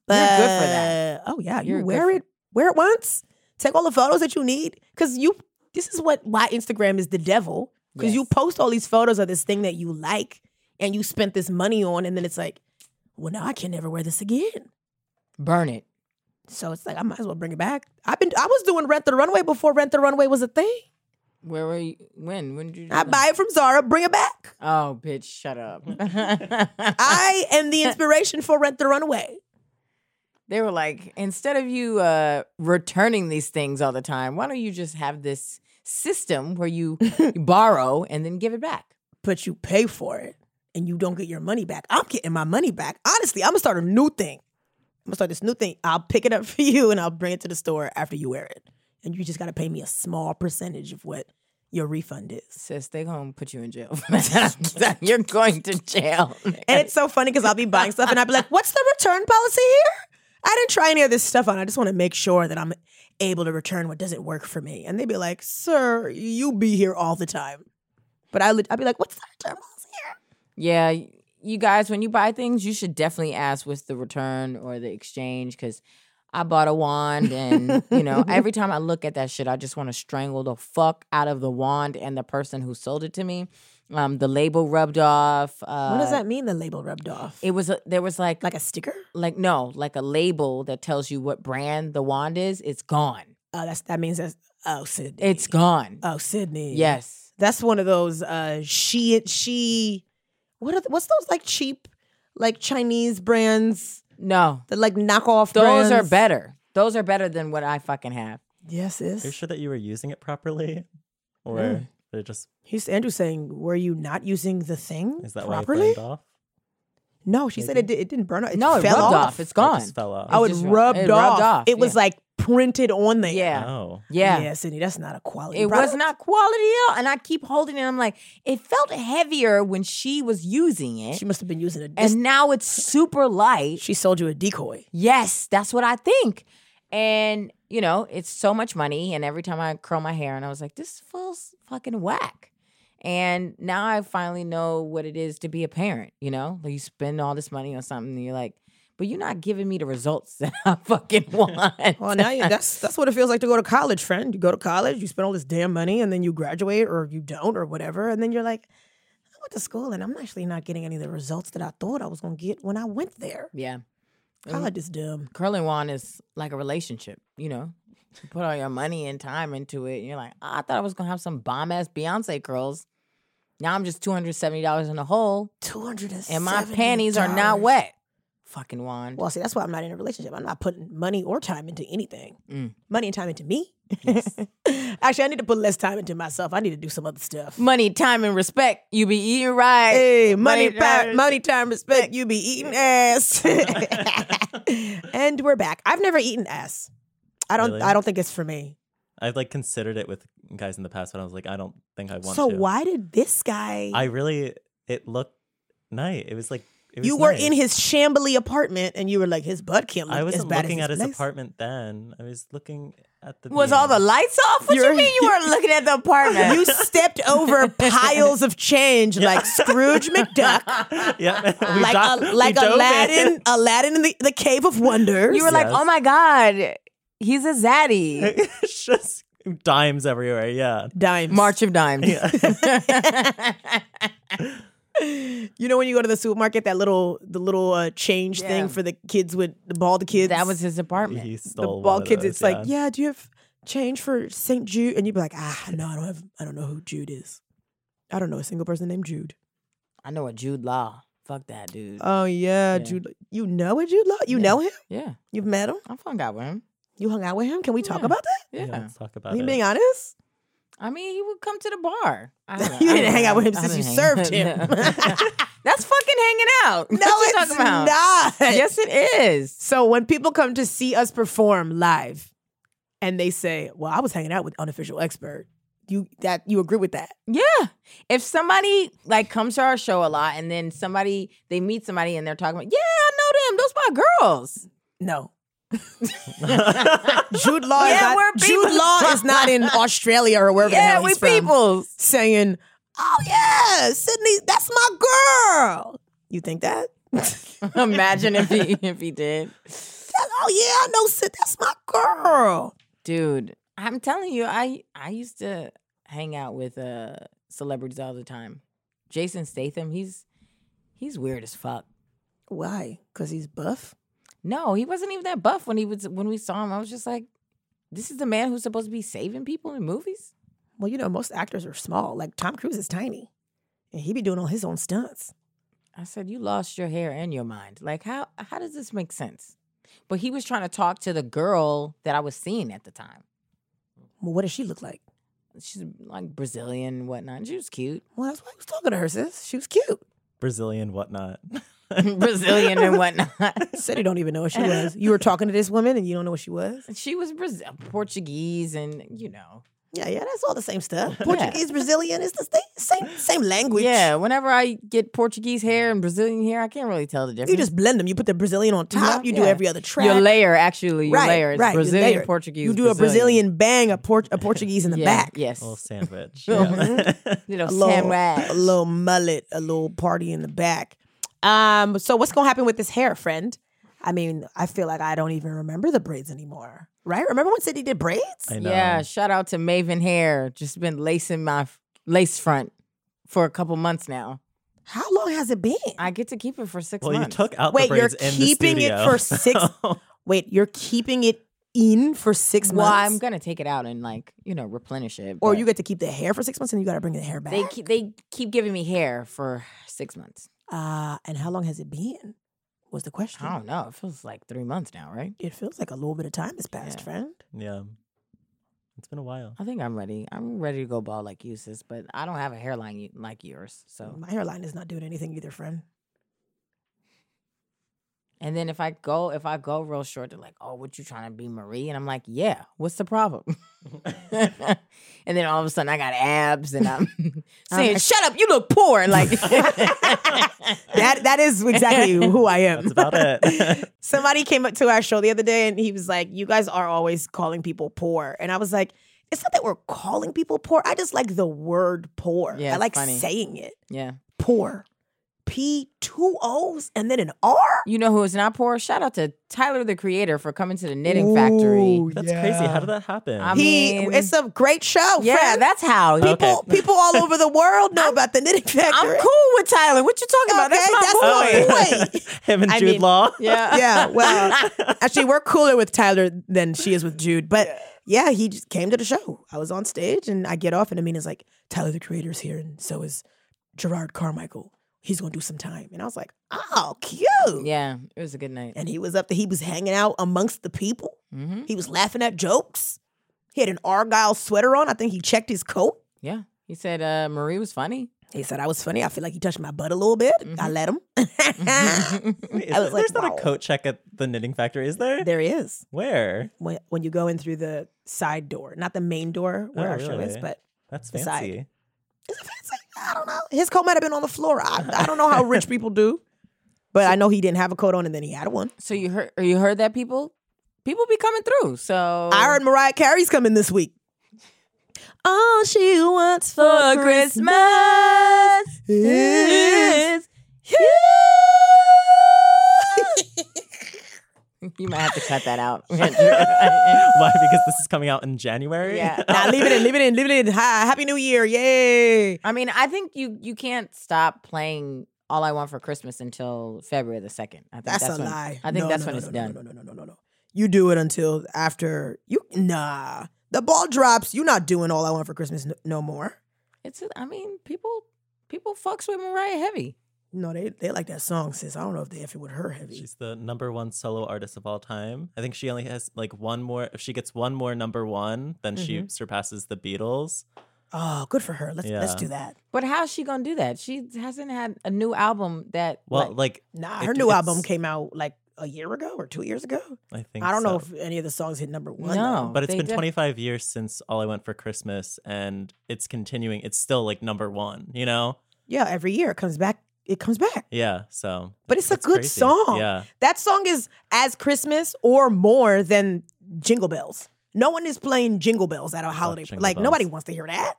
You're good for that.
But- Oh yeah,
You're
you
good
wear
for-
it, wear it once. Take all the photos that you need because you. This is what why Instagram is the devil because you
Yes.
post all these photos of this thing that you like and you spent this money on, and then it's like, well, now I can never wear this again.
Burn it.
So it's like I might as well bring it back. I've been I was doing Rent the Runway before Rent the Runway was a thing.
Where were you when? When did you do
I
that?
buy it from Zara, bring
[LAUGHS]
it back.
Oh bitch, shut up. [LAUGHS]
I am the inspiration for Rent the Runway.
they were like, instead of you uh returning these things all the time, why don't you just have this system where [LAUGHS] you borrow and then give it back?
but you pay for it and you don't get your money back. I'm getting my money back. Honestly, I'm gonna start a new thing. I'm gonna start this new thing. I'll pick it up [LAUGHS] for you and I'll bring it to the store after you wear it. And you just gotta pay me a small percentage of what your refund is.
Sis, they gonna put you in jail [LAUGHS] for that. You're going to jail.
And it's so funny because I'll be buying stuff and I'll be like, what's the return policy here? I didn't try any of this stuff on. I just wanna make sure that I'm able to return what doesn't work for me. And they'd be like, sir, you be here all the time. But I, I'd be like, what's the return policy here?
Yeah, y- you guys, when you buy things, you should definitely ask what's the return or the exchange because I bought a wand and, you
[LAUGHS]
know, every time I look at that shit, I just want to strangle the fuck out of the wand and the person who sold it to me. Um, the label rubbed off. Uh,
What does that mean the label rubbed off?
It was, a, there was like,
like a sticker?
like, no, like a label that tells you what brand the wand is. It's gone.
Oh, that's that means that's oh Sydney.
It's gone.
oh Sydney.
Yes.
that's one of those uh she she. What are th- what's those like cheap like Chinese brands
No,
The like knockoff.
those are
brands.
better. Those are better than what I fucking have.
Yes,
Are you
yes.
sure that you were using it properly, or
Mm.
did it just
He's Andrew saying, "Were you not using the thing
is that why
properly?"
it burned off?
No, she said it, did, it didn't burn off. It
no, it
fell
rubbed off.
off.
It's gone.
It just fell off.
I
Oh, it,
just ru-
rubbed,
it rubbed
off.
off,
It was
yeah.
like printed on there.
Yeah.
Oh,
yeah.
Yeah, Sydney, that's not a quality.
It was
product.
not quality at all. And I keep holding it. I'm like, it felt heavier when she was using it.
She must have been using a.
and now
[LAUGHS]
it's super light.
she sold you a decoy.
Yes, that's what I think. And, you know, it's so much money. And every time I curl my hair, and I was like, this feels fucking whack. And now I finally know what it is to be a parent, you know? Like you spend all this money on something and you're like, but you're not giving me the results [LAUGHS] that I fucking want.
[LAUGHS] Well, now you, [LAUGHS] that's that's what it feels like to go to college, friend. You go to college, you spend all this damn money, and then you graduate or you don't or whatever, and then you're like, I went to school and I'm actually not getting any of the results that I thought I was going to get when I went there.
yeah. Mhm.
College is dumb.
curling wand is like a relationship, you know. You put all your money and time into it, and you're like, "Ah, I thought I was gonna have some bomb ass Beyonce curls. Now I'm just two hundred seventy dollars in the hole,
Two hundred and
and my panties are not wet. Fucking wand.
Well, see, that's why I'm not in a relationship. I'm not putting money or time into anything.
Mm.
Money and time into me.
Yes.
[LAUGHS] actually, I need to put less time into myself. I need to do some other stuff.
Money, time, and respect. You be eating right.
Hey, money,
Money,
pa-
time,
money, time, respect. You be eating
[LAUGHS]
ass, and we're back. I've never eaten ass. I don't.
Really?
I don't think it's for me.
I've like considered it with guys in the past, but I was like, I don't think I want
So
to.
why did this guy?
I really, it looked nice. It was like it was
you were
nice.
in his shambly apartment, and you were like, his butt can't. Look
I
as
wasn't
bad
looking
as
at
this
his
place.
apartment then. I was looking at the.
Was all the
[LAUGHS] view.
lights off? What
You're-
you mean
[LAUGHS]
you weren't looking at the apartment?
You stepped over piles of change
[LAUGHS]
like Scrooge McDuck,
yeah, [LAUGHS] we
like
do-
a,
we
like
dove in.
Aladdin, Aladdin in the, the Cave of Wonders.
You were like,
Yes.
oh my god, he's a zaddy.
[LAUGHS] it's just dimes everywhere. Yeah.
dimes.
March of Dimes. [LAUGHS]
You know when you go to the supermarket, that little the little uh, change
Yeah.
thing for the kids with the bald kids.
that was his apartment.
He
the
stole one
bald
of
kids.
those,
it's like, yeah, do you have change for Saint Jude? And you'd be like, ah, no, I don't have. I don't know who Jude is. I don't know a single person named Jude.
I know a Jude Law. Fuck that dude.
Oh yeah,
Yeah.
Jude. Law. You know a Jude Law? You
Yeah.
know him?
yeah,
You've met him?
I fucking got with him.
You hung out with him? Can we talk
Yeah.
about that?
Yeah.
Let's talk about
Are you
it.
being honest?
I mean, he would come to the bar. [LAUGHS] I don't know.
You
I
didn't
don't
hang out with him
I
since you
didn't
served
hang-
him.
No. [LAUGHS] That's fucking hanging out. [LAUGHS]
No,
what you
it's
talking about?
not.
[LAUGHS] Yes, it is.
So when people come to see us perform live, and they say, "Well, I was hanging out with unofficial expert," you that you agree with that?
Yeah. If somebody like comes to our show a lot and then somebody they meet somebody and they're talking about, yeah, I know them. Those my girls.
No. [LAUGHS]
yeah,
Jude Law, is,
Yeah,
not,
we're
Jude
people.
Law is
[LAUGHS]
not in Australia or wherever the
yeah,
hell
we
he's
[LAUGHS]
from
peoples.
saying, "Oh yeah, Sydney, that's my girl." You think that? [LAUGHS]
Imagine if he if he did.
Oh yeah, I know Sid. That's my girl.
dude i'm telling you i i used to hang out with uh celebrities all the time jason statham he's he's weird as fuck
Why? Because he's buff.
no he wasn't even that buff when he was when we saw him i was just like this is the man who's supposed to be saving people in movies
Well, you know, most actors are small. Like Tom Cruise is tiny, and he be doing all his own stunts.
i said you lost your hair and your mind like how how does this make sense but he was trying to talk to the girl that i was seeing at the time
Well, what does she look like?
she's like brazilian and whatnot she was cute [LAUGHS]
Well, that's why I was talking to her, sis. She was cute.
[LAUGHS] Brazilian
[LAUGHS]
whatnot.
brazilian and whatnot
Said you don't even know what
[LAUGHS]
she was. You were talking to this woman, and you don't know what she was.
she was Brazil- portuguese and you know
Yeah, yeah, that's all the same stuff.
Yeah.
Portuguese, Brazilian, it's the same, same, same language.
Yeah, whenever I get Portuguese hair and Brazilian hair, I can't really tell the difference.
You just blend them. You put the Brazilian on top.
Yeah,
You do
yeah.
every other track.
your layer actually, your
Right,
layer is
right, your
Brazilian
layer.
Portuguese.
you do a Brazilian bang, a, Port- a Portuguese in the
Yeah,
back.
Yes,
[LAUGHS] little sandwich.
[LAUGHS]
[LAUGHS]
Mhm.
Yeah.
little
a little,
sandwich.
a little mullet, a little party in the back. Um, so what's gonna happen with this hair, friend? I mean, I feel like I don't even remember the braids anymore. Right? Remember when Sydney did braids?
I know.
Yeah, shout out to Maven Hair. Just been lacing my f- lace front for a couple months now.
How long has it been?
I get to keep it for six
Well,
months.
you took out
Wait,
the
you're
braids in the
keeping it
studio, [LAUGHS]
for six-
so-
Wait, you're keeping it in for six
well, I'm
months,
gonna take it out and like you know replenish it.
or
but
you get to keep the hair for six months, and you got to bring the hair back.
they keep, they keep giving me hair for six months.
uh, and how long has it been? was the question.
I don't know. It feels like three months now, right?
It feels like a little bit of time has passed,
Yeah.
friend.
Yeah. It's been a while.
I think I'm ready. I'm ready to go bald like you, sis, but I don't have a hairline y- like yours. So,
My hairline is not doing anything
[LAUGHS]
either, friend.
and then if I go, if I go real short, they're like, "Oh, what you trying to be Marie?" And I'm like, "Yeah, what's the problem?" [LAUGHS] and then all of a sudden, I got abs, and I'm saying,
I-
"Shut up, you look poor." And like, [LAUGHS]
That that is exactly who I am. [LAUGHS]
That's about
[LAUGHS]
it. [LAUGHS]
Somebody came up to our show the other day and he was like, "You guys are always calling people poor," and I was like, "It's not that we're calling people poor. I just like the word poor.
Yeah,
I
it's
like
funny.
saying it.
yeah,
Poor, P two O's and then an R.
you know who is not poor? Shout out to Tyler the Creator for coming to the Knitting Factory.
Ooh,
That's crazy. How did that happen?
I'm- I
he,
mean-
it's a great show.
Yeah,
friend.
Oh, that's how.
Okay.
people people all over the
[LAUGHS]
world know about the knitting factory.
I'm cool with Tyler. What you talking about? That's
Okay,
my
that's
boy.
my boy.
[LAUGHS] Him and
I
Jude
mean- [LAUGHS]
Law.
[LAUGHS] Yeah.
yeah, well, actually, we're cooler with Tyler than she is with Jude. But yeah, he just came to the show. I was on stage and I get off, and Amina's like, Tyler the creator's here, and so is Gerard Carmichael. He's gonna do some time. And I was like, oh, cute.
Yeah. It was a good night.
And he was up there, he was hanging out amongst the people.
hmm
He was laughing at jokes. He had an Argyle sweater on. I think he checked his coat.
Yeah. He said uh, Marie was funny. [LAUGHS]
He said I was funny. I feel like he touched my butt a little bit. I let him. [LAUGHS]
Mm-hmm.
Wait, [LAUGHS] is
I was
there-
like,
there's not
wow.
a coat check at the knitting factory, is there?
there he is.
Where?
when, when you go in through the side door, not the main door where
Oh,
our show is,
really?
but
That's
The
fancy.
side. [LAUGHS] is it fancy? I don't know. His coat might have been on the floor. I, I don't know how rich people do, but I know he didn't have a coat on and then he had one.
So you heard or you heard that people? People be coming through. So
I heard Mariah Carey's coming this week. All she wants
for
for Christmas
Christmas
is
is you might have to cut that [LAUGHS] out.
[LAUGHS] Why? Because this is coming out in January.
Yeah.
Nah, leave it in, leave it in, leave it in. Hi, Happy New Year. Yay.
I mean, I think you you can't stop playing All I Want for Christmas until February the second. I think
That's,
that's,
a
when,
lie.
I think
No,
that's
no,
when
no,
it's
no,
done.
No, no, no, no, no, no. You do it until after you nah. The ball drops. You're not doing all I want for Christmas no, no more.
It's I mean, people people fucks with Mariah heavy.
No, they they like that song, sis. I don't know if they if it with her heavy.
She's the number one solo artist of all time. I think she only has like one more. If she gets one more number one, then she
Mm-hmm.
surpasses the Beatles.
oh, good for her. Let's let's
Yeah.
do that.
But how's she gonna do that? She hasn't had a new album that
Well,
like,
like,
Nah,
It-
her new album
it's-
came out like a year ago or two years ago.
I think
I don't know
so.
if any of the songs hit number one.
No.
but it's
they
been
def-
25 years since All I Want for Christmas, and it's continuing. It's still like number one, you know?
Yeah, every year it comes back. It comes back.
Yeah. So
But it's a
that's
good
crazy.
song.
Yeah.
That song is as Christmas or more than Jingle Bells. No one is playing Jingle Bells at a holiday.
Jingle
like nobody
Bells.
wants to hear that.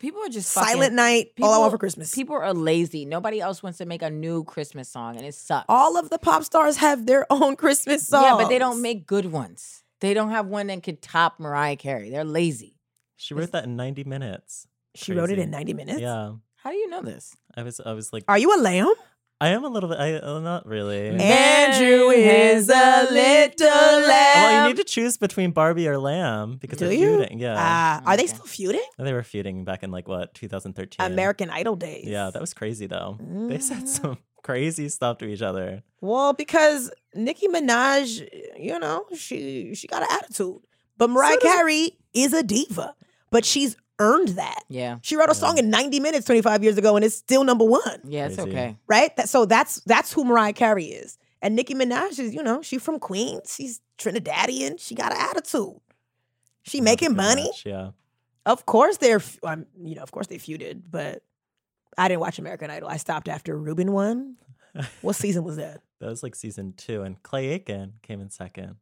people are just fucking-
Silent Night, All I Want for Christmas.
People are lazy. Nobody else wants to make a new Christmas song, and it sucks.
all of the pop stars have their [LAUGHS] own Christmas songs.
yeah, but they don't make good ones. They don't have one that could top Mariah Carey. They're lazy.
She wrote that in 90 minutes.
She wrote it
Crazy.
in 90 minutes.
Yeah. Uh,
How do you know this?
I was, I was like,
Are you a lamb?
I am a little bit, I, uh, not really.
Andrew is a little
Well,
lamb.
Oh, you need to choose between Barbie or Lamb because
Do
they're
you?
feuding. Yeah.
Ah, are they
Okay.
still feuding?
they were feuding back in like what, 2013?
American Idol days.
Yeah, that was crazy though. [LAUGHS] They said
Mm.
some crazy stuff to each other.
Well, because Nicki Minaj, you know, she she got an attitude. But Mariah
does-
Carey is a diva, but she's earned that.
Yeah,
She wrote a
Yeah.
song in 90 minutes 25 years ago and it's still number 1,
yeah, it's
Crazy.
okay.
right? That, so that's that's who Mariah Carey is. And Nicki Minaj is, you know, she from Queens. She's Trinidadian. She got an attitude. She
Not
making
too
money.
much, Yeah.
Of course they're, f- um, you know, of course they feuded, but I didn't watch American Idol. I stopped after Ruben
[LAUGHS]
won. What season was that?
That was like season two, and Clay Aiken came in second.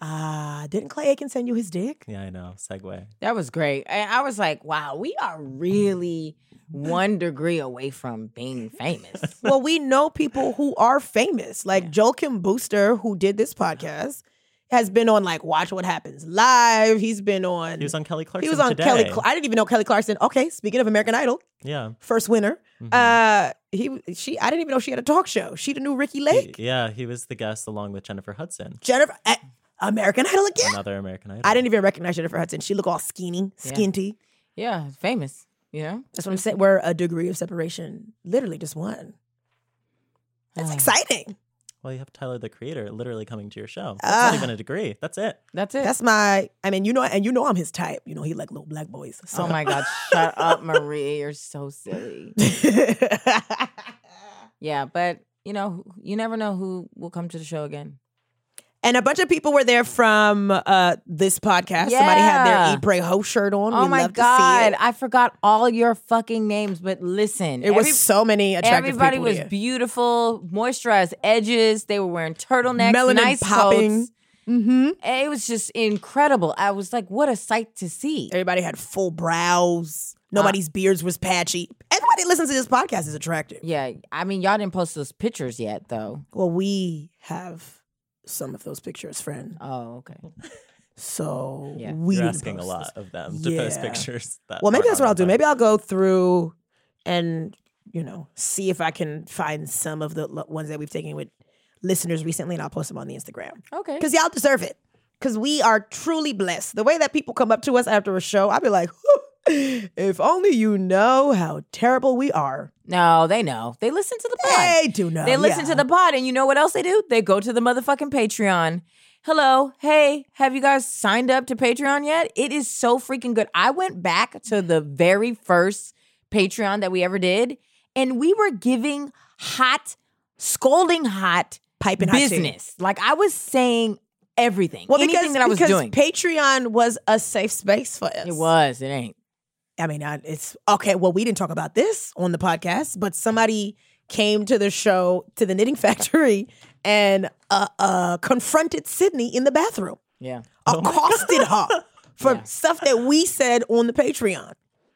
Ah, didn't Clay Aiken send you his dick?
Yeah, I know. Segue.
That was great. I, I was like, wow, we are really one degree away from being famous.
[LAUGHS] [LAUGHS] well, we know people who are famous, like
Yeah.
Joel Kim Booster, who did this podcast, has been on like Watch What Happens Live. He's been on.
He was on Kelly Clarkson.
he was on
today.
Kelly. uh, Cl- I didn't even know Kelly Clarkson. Okay, speaking of American Idol,
yeah.
first winner.
mhm.
Uh, he she. I didn't even know she had a talk show. She the new Ricky
He-
Lake,
yeah, he was the guest along with Jennifer Hudson,
Jennifer. uh, American Idol again.
another American Idol.
I didn't e even recognize Jennifer Hudson. She looked all skinny,
Yeah.
skinty.
yeah, famous. You know,
That's what I'm saying. We're a degree of separation, literally just one. That's
Uh,
exciting.
Well, you have Tyler the Creator literally coming to your show. That's
Ah.
not even a degree. That's it.
That's it.
That's my. I mean, you know, and you know, I'm his type. You know, he like little black boys. So.
oh my God. Shut up, Marie. You're so silly. Yeah, but you know, you never know who will come to the show again.
[LAUGHS] and a bunch of people were there from uh, this podcast. Somebody had
Yeah.
their Eat Pray Ho shirt on.
oh
we
my
love
God.
To see
I forgot all your fucking names, but listen.
it it was
every-
so many attractive
Everybody
people
was
there.
beautiful, moisturized edges. They were wearing turtlenecks,
Melanin
nice
popping.
coats.
Mm-hmm.
It was just incredible. I was like, what a sight to see.
Everybody had full brows. Nobody's beards was patchy. Everybody that listens to this podcast is attractive.
Yeah, I mean, y'all didn't post those pictures yet, though.
Well, we have some of those pictures, friend.
Oh, okay.
So
Yeah.
we
You're
didn't
asking a
post
lot
this.
of them to post
Yeah.
pictures. [LAUGHS] That
Well, maybe
aren't
that's what
on
I'll do.
them.
Maybe I'll go through and you know see if I can find some of the lo- ones that we've taken with listeners recently, and I'll post them on the Instagram
Okay.
because y'all deserve it. Because we are truly blessed. The way that people come up to us after a show, I'll be like, if only you know how terrible we are.
No, they know. They listen to the pod.
They do know.
They listen
Um, yeah.
to the pod, and you know what else they do? They go to the motherfucking Patreon. Hello, hey, have you guys signed up to Patreon yet? It is so freaking good. I went back to the very first Patreon that we ever did, and we were giving hot, scolding hot
piping hot tea.
business. Like I was saying everything, anything that I was
because
doing.
Patreon was a safe space for us.
it was. It ain't.
I mean, I, it's okay. Well, we didn't talk about this on the podcast, but somebody came to the show to the Knitting [LAUGHS] Factory and uh, uh, confronted Sydney in the bathroom,
Yeah.
accosted her for
Oh Yeah.
stuff that we said on the Patreon.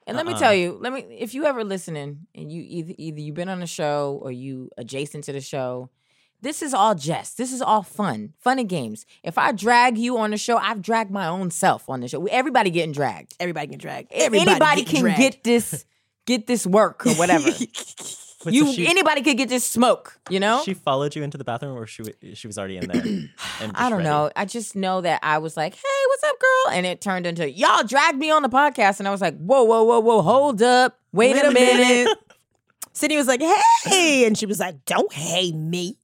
And let me
Uh-uh.
tell you, let me if you ever listening and you either either you've been on a show or you adjacent to the show, this is all jest. This is all fun, fun and games. If I drag you on the show, I've dragged my own self on the show. Everybody getting dragged.
Everybody can drag.
Everybody
Everybody getting
can
dragged.
get this get this work or
[LAUGHS]
whatever.
Wait, so
you
she,
anybody could get this smoke, you know?
she followed you into the bathroom, or she w- she was
[CLEARS THROAT]
already in there. and
I
just
don't
ready?
know. I just know that I was like, "Hey, what's up, girl?" And it turned into, "Y'all dragged me on the podcast," and I was like, "Whoa, whoa, whoa, whoa! Hold up! Wait,
Wait
a minute.
Sydney was like, "Hey," and she was like, "Don't hey me."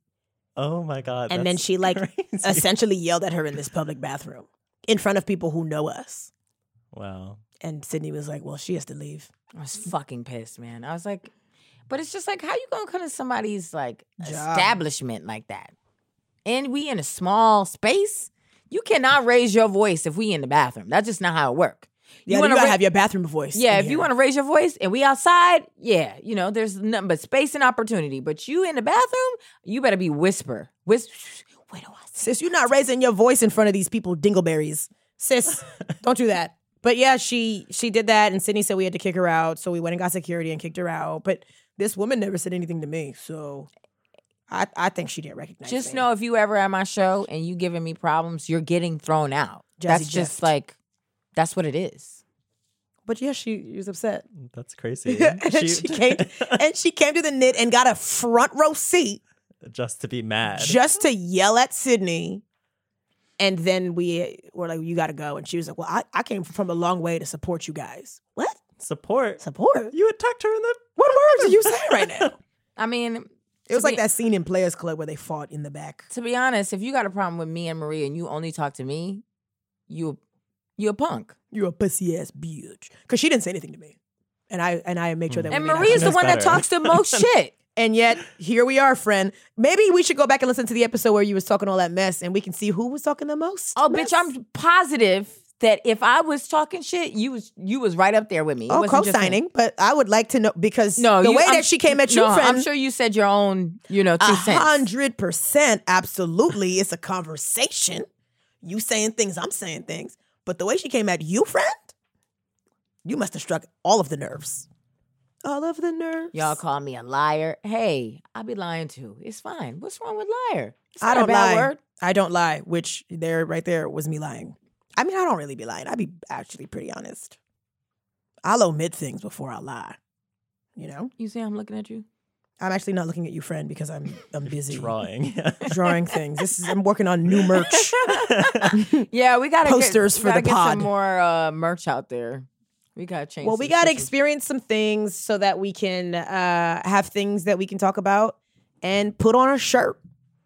Oh my god!
And then
that's
she,
[LAUGHS]
like,
crazy.
Essentially yelled at her in this public bathroom in front of people who know us.
wow.
And Sydney was like, "Well, she has to leave."
I was fucking pissed, man. I was like, but it's just like, how you gonna come to somebody's like
Job.
establishment like that? And we in a small space. You cannot raise your voice if we in the bathroom. That's just not how it work.
Yeah, you,
wanna
gotta
ra-
have your bathroom voice.
yeah,
in
if you
here.
want to raise your voice and we outside, yeah, you know, there's nothing but space and opportunity. But you in the bathroom, you better be whisper. Whisper. Wait do I say?
sis, you're not raising your voice in front of these people, dingleberries.
[LAUGHS]
Sis, don't do that. But yeah, she she did that, and Sydney said we had to kick her out, so we went and got security and kicked her out. But this woman never said anything to me, so I I think she didn't recognize.
Just
me.
know if you ever at my show and you giving me problems, you're getting thrown out.
Jazzy
that's just
Jeff.
like, that's what it is.
But yeah, she, was upset,
That's crazy.
[LAUGHS] and she, came and she came to the knit and got a front row seat
[LAUGHS] just to be mad.
just to yell at Sydney. And then we were like, "You got to go," and she was like, "Well, I, I came from a long way to support you guys." What
Support.
support?
You attacked her in the.
[LAUGHS] What words are you saying right now?
I mean,
It was
To
like
be-
that scene in Players Club where they fought in the back.
to be honest, if you got a problem with me and Marie and you only talk to me, you you a punk.
You're a pussy ass bitch. Cause she didn't say anything to me, and I and I made sure that.
And
we made
Marie is
eye
the
knows
one that
better.
talks the most
[LAUGHS]
shit.
contact. And yet here we are, friend. Maybe we should go back and listen to the episode where you was talking all that mess, and we can see who was talking the most.
Oh,
mess.
bitch, I'm positive that if I was talking shit, you was you was right up there with me. It
Oh,
wasn't just me.
co-signing, but I would like to know because
No,
the
you-
way
I'm-
that she came at you,
no,
friend,
I'm sure you said your own, you know, two
a
cents.
hundred percent, absolutely, it's a conversation. You saying things, I'm saying things, but the way she came at you, friend, you must have struck all of the nerves. All of the nerves.
Y'all call me a liar. Hey, I be lying too. It's fine. What's wrong with liar? It's
I
not a
don't
bad
lie.
word.
I don't lie, which there, right there, was me lying. I mean, I don't really be lying. I be actually pretty honest. I'll omit things before I lie. You know,
You see, I'm looking at you.
I'm actually not looking at you, friend, because I'm
[LAUGHS]
I'm busy
Drawing. [LAUGHS]
drawing things. This is I'm working on
[LAUGHS]
new merch.
Yeah, we gotta
Posters
get,
for the
gotta get
pod.
Some more uh, merch out there. We gotta change.
Well, we
some
got to
pictures.
experience some things so that we can uh, have things that we can talk about and put on a shirt.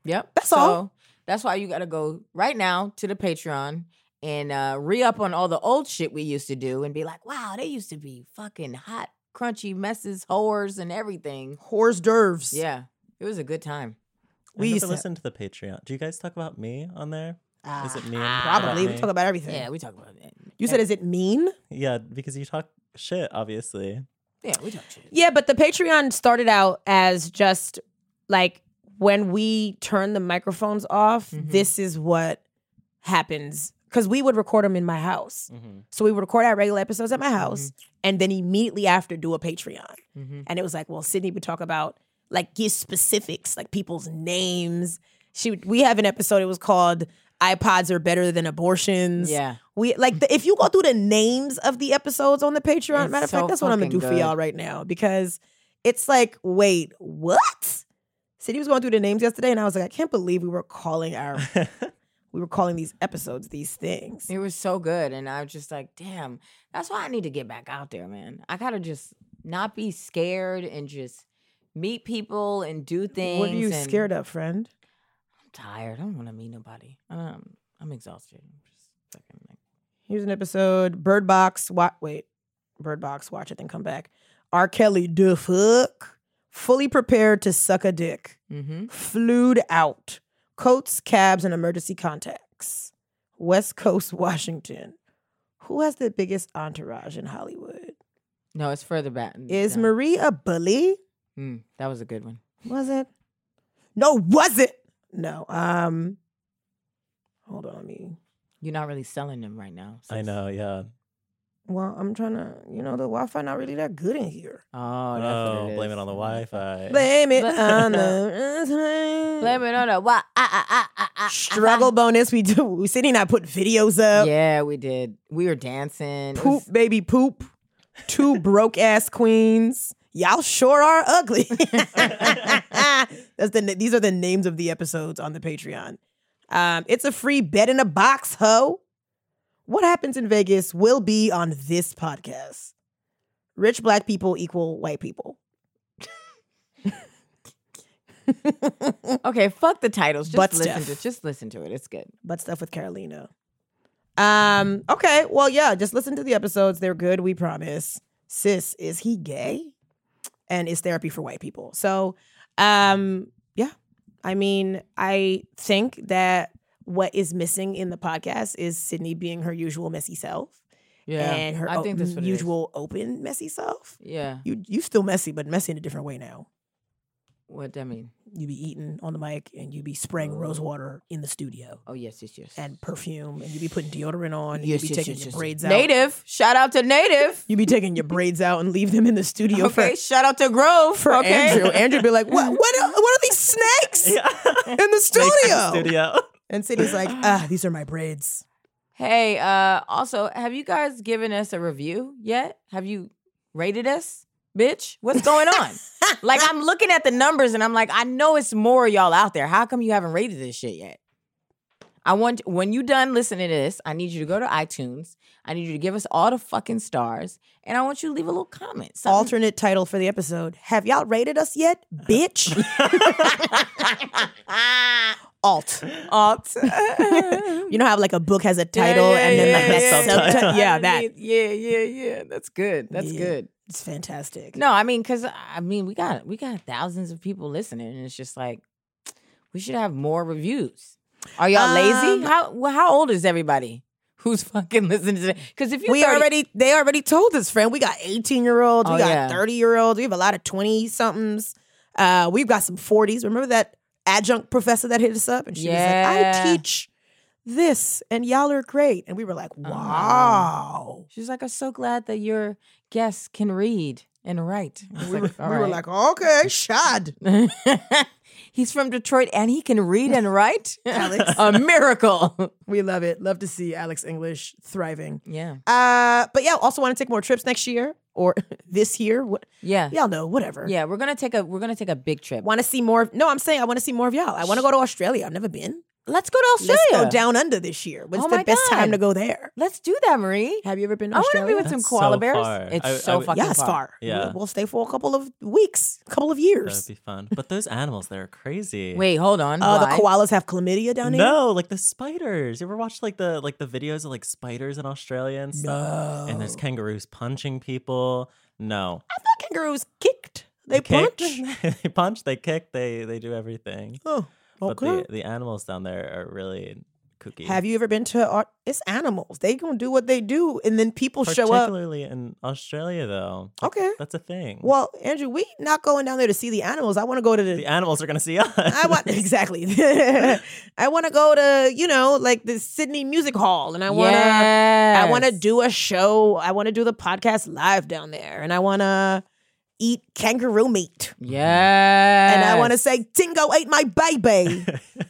Yep.
That's all.
That's why you got to go right now to the Patreon and uh, re up on all the old shit we used to do and be like, wow, they used to be fucking hot, crunchy messes, whores, and everything.
Hors d'oeuvres.
Yeah. It was a good time.
We
We
used
used
to-
listen to the Patreon. Do you guys talk about me on there? Is it me?
Ah,
about
Probably. We
me?
talk about everything.
Yeah, we talk about that.
You said, is it mean?
Yeah, because you talk shit, obviously.
Yeah, we talk shit.
Yeah, but the Patreon started out as just like when we turn the microphones off,
Mhm.
this is what happens. Because we would record them in my house.
[LAUGHS]
So we would record our regular episodes at my house and then immediately after do a Patreon.
Mm-hmm.
And it was like, well, Sydney would talk about like give specifics, like people's names. She would, we have an episode, it was called iPods are better than abortions.
Yeah.
We like the, if you go through the names of the episodes on the Patreon.
It's
matter of
so
fact, that's what I'm gonna do
fucking
for
good.
y'all right now because it's like, wait, what? City was going through the names yesterday, and I was like, I can't believe we were
[LAUGHS]
calling our we were calling these episodes these things.
It was so good. And I was just like, damn, that's why I need to get back out there, man. I got to just not be scared and just meet people and do things.
What are you
and-
scared of, friend?
I'm tired. I don't want to meet nobody. Um, I'm exhausted. I'm just fucking like,
Here's an episode: Bird Box. Wa- wait, Bird Box. Watch it, then come back. R. Kelly, the fuck, fully prepared to suck a dick.
mm-hmm.
flued out. Coats, cabs, and emergency contacts. West Coast, Washington. Who has the biggest entourage in Hollywood?
No, it's further back. n-
Is
down.
Marie a bully?
Mm, that was a good one.
Was it? No, was it? No. Um. Hold on, let me.
You're not really selling them right now.
I
sis.
know, yeah.
Well, I'm trying to. You know, the Wi-Fi not really that good in here.
Oh, that's
Oh,
what it
blame
is.
it on the Wi Fi.
[LAUGHS]
[LAUGHS]
Blame it
But-
on the. [LAUGHS]
Blame it on the why. Ah, ah, ah, ah, ah,
Struggle bonus. We do. Sydney and I put videos up.
Yeah, we did. We were dancing. It
poop
was-
baby poop
[LAUGHS]
two broke ass queens y'all sure are
[LAUGHS]
ugly that's the na- these are the names of the episodes on the patreon um, it's a free bed in a box ho what happens in vegas will be on this podcast rich black people equal
[LAUGHS]
white people
okay, fuck the titles. Just
Butt
listen
stuff.
to just listen to it. It's good.
but stuff with carolina um okay well yeah just listen to the episodes they're good we promise sis is he gay and is therapy for white people. So, um, yeah, I mean, I think that what is missing in the podcast is Sydney being her usual messy self
Yeah,
and her
I think that's
o-
what it is.
usual open messy self.
Yeah,
You you still messy, but messy in a different way now.
what that mean?
You be eating on the mic and you be spraying rose water in the studio
Oh yes, yes, yes.
and perfume and you be putting deodorant on and
yes,
you be
yes,
taking
yes, yes,
your
yes.
braids out.
Native. Shout out to Native.
You be taking your braids out and leave them in the studio for,
Okay. Shout out to Grove.
for
okay.
Andrew. Andrew be like, what what are, what are these
[LAUGHS]
snakes?
[LAUGHS] Yeah.
[LAUGHS] in the
Snakes
studio.
in the studio. [LAUGHS]
And Sydney's
[SIGHS]
like, ah, these are my braids.
Hey, uh also, have you guys given us a review yet? Have you rated us? Bitch, what's going [LAUGHS] on? like I'm looking at the numbers and I'm like, I know it's more y'all out there. How come you haven't rated this shit yet? I want when you done listening to this, I need you to go to iTunes. I need you to give us all the fucking stars and I want you to leave a little comment. something.
Alternate title for the episode. Have y'all rated us yet? Bitch.
[LAUGHS]
Alt.
alt.
[LAUGHS] You know how like a book has a title
Yeah,
and then like
yeah,
that
yeah, yeah.
subtitle.
[LAUGHS]
Yeah, that.
Underneath. Yeah, yeah, yeah. That's good. That's
Yeah.
good.
It's fantastic.
No, I mean, cause I mean, we got we got thousands of people listening, and it's just like we should have more reviews. Are y'all
Um,
lazy? How well, how old is everybody [LAUGHS] who's fucking listening to? Because if you
We
30
already they already told us, friend. We got 18 year olds,
Oh,
we
yeah.
got 30 year olds, we have a lot of 20 somethings. Uh, we've got some 40s. Remember that adjunct professor that hit us up? And she was
Yeah.
like, I teach this and y'all are great. And we were
Uh-huh.
like, wow.
she's like, I'm so glad that your guests can read and write. I was
We,
like,
were,
"All
we were
right."
like, okay, shad.
[LAUGHS] He's from Detroit and he can read and write.
[LAUGHS] Alex.
[LAUGHS] a miracle.
We love it. Love to see Alex English thriving.
yeah,
Uh, but yeah, also want to take more trips next year or [LAUGHS] this year. What,
yeah,
y'all know, whatever.
yeah. We're gonna take a we're gonna take a big trip.
Want to see more? Of, no, I'm saying I want to see more of y'all. I want to go to Australia. I've never been.
Let's go to Australia.
Let's go down under this year. What's
Oh
the
my
best time
God.
to go there?
Let's do that, Marie.
Have you ever been to
I want to be
Australia?
with some
That's
koala
so
bears.
far.
It's
I- I
so
would-
fucking
yeah, it's
far.
far.
Yeah.
We'll, we'll stay for a couple of weeks, a couple of years.
That'd be fun. But those animals there are crazy.
Wait, hold on.
Uh, the
Why?
koalas have chlamydia down here.
No, like the spiders. You ever watch like the like the videos of like spiders in Australia and stuff?
no.
And there's kangaroos punching people. No.
I thought kangaroos kicked. Ah, They
kick.
punch.
[LAUGHS] they punch, they kick, they they do everything.
Oh,
But
okay.
the, the animals down there are really kooky.
Have you ever been to? Au- It's animals. They gonna do what they do, and then people show up.
Particularly in Australia though. Like,
Okay.
That's a thing.
Well, Andrew, we not going down there to see the animals. I want to go to the.
the animals are gonna see [LAUGHS] us.
[LAUGHS] I want [LAUGHS] exactly. I want to go to you know like the Sydney Music Hall, and I want to. I want to
Yes.
do a show. I want to do the podcast live down there, and I want to eat kangaroo meat.
Yes.
And I want to say, Dingo ate my baby.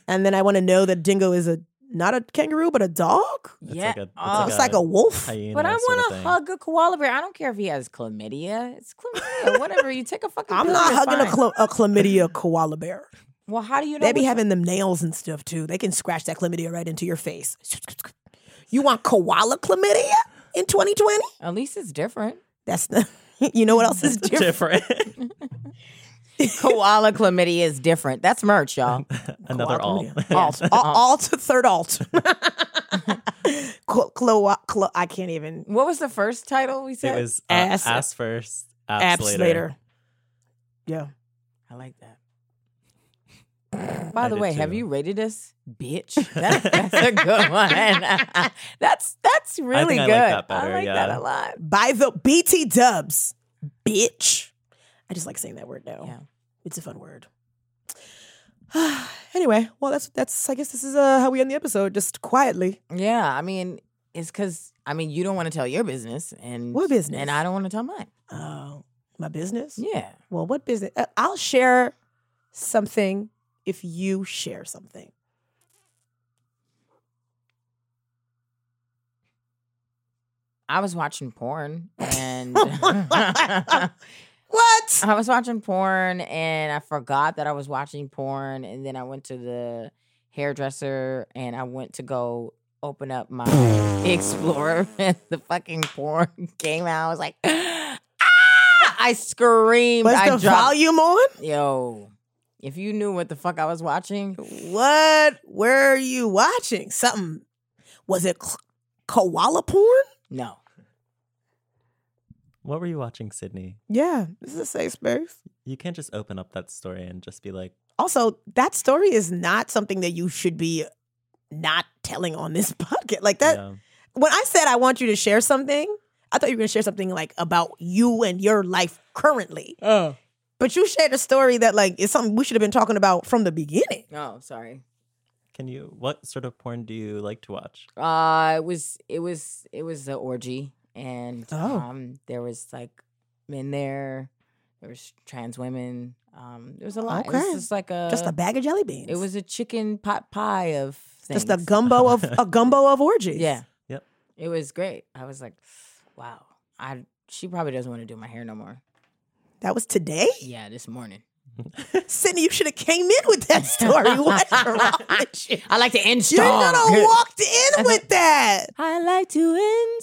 and then I want to know that Dingo is a not a kangaroo, but a dog.
It's
Yeah.
like a- it's
Oh.
Looks like a wolf.
Hyena
But I
sort of
want to
thing.
hug a koala bear. I don't care if he has chlamydia. It's chlamydia. Whatever. You take a fucking.
I'm
pill,
not
you're
hugging a,
fine.
chla- a chlamydia koala bear.
Well, how do you know?
They be
which-
having them nails and stuff too. They can scratch that chlamydia right into your face. You want koala chlamydia in 2020?
At least it's different.
That's the. [LAUGHS] You know what else is different? [LAUGHS]
different. [LAUGHS]
koala chlamydia is different. That's merch,
[LAUGHS]
y'all.
Another all.
Koala
[LAUGHS]
chlamydia. alt. Al- alt. Third alt. [LAUGHS] Clo- clo- clo- I can't even.
What was the first title we
It
said?
was uh,
Ass-
ass, first, abs,
Abs later. Yeah.
I like that. By
I
the
did
way, have
too.
you rated us, [LAUGHS] bitch? That, that's a good one. [LAUGHS] that's that's really
I like
good.
that better,
I like
yeah.
that a lot.
by the BT Dubs, bitch. I just like saying that word now.
Yeah.
It's a fun word. [SIGHS] anyway, well, that's that's. I guess this is uh, how we end the episode, just quietly.
Yeah, I mean, it's because I mean you don't want to tell your business, and
What business?
and I don't want to tell mine.
Uh, my business.
Yeah,
Well, what business? Uh, I'll share something if you share something.
I was watching porn, [LAUGHS] and
What?
I was watching porn, and I forgot that I was watching porn, and then I went to the hairdresser, and I went to go open up my [LAUGHS] Explorer, and the fucking porn [LAUGHS] came out. I was like, [GASPS] ah! I screamed.
Was
I
the
dropped.
volume on?
Yo, if you knew what the fuck I was watching,
What were you watching? Something? Was it k- koala porn?
no.
What were you watching, Sydney?
Yeah, this is a safe space.
You can't just open up that story and just be like,
also that story is not something that you should be not telling on this [LAUGHS] podcast like that
yeah.
when i said i want you to share something i thought you were going to share something like about you and your life currently
Oh.
but you shared a story that like is something we should have been talking about from the beginning
Oh, sorry.
Can you? What sort of porn do you like to watch?
Uh, it was it was it was the orgy, and
Oh.
um, there was like men there, there was trans women. Um, there was a lot. It
Okay.
was just like a
just a bag of jelly beans
Uh, It was a chicken pot pie of things.
just a gumbo of a gumbo of orgies
Yeah.
Yep.
It was great. I was like, wow. I she probably doesn't want to do my hair no more.
that was today
Yeah, this morning.
sydney you should have came in with that [LAUGHS] story what's wrong with you
I like to end
you should
strong.
have walked in with that
[LAUGHS] I like to end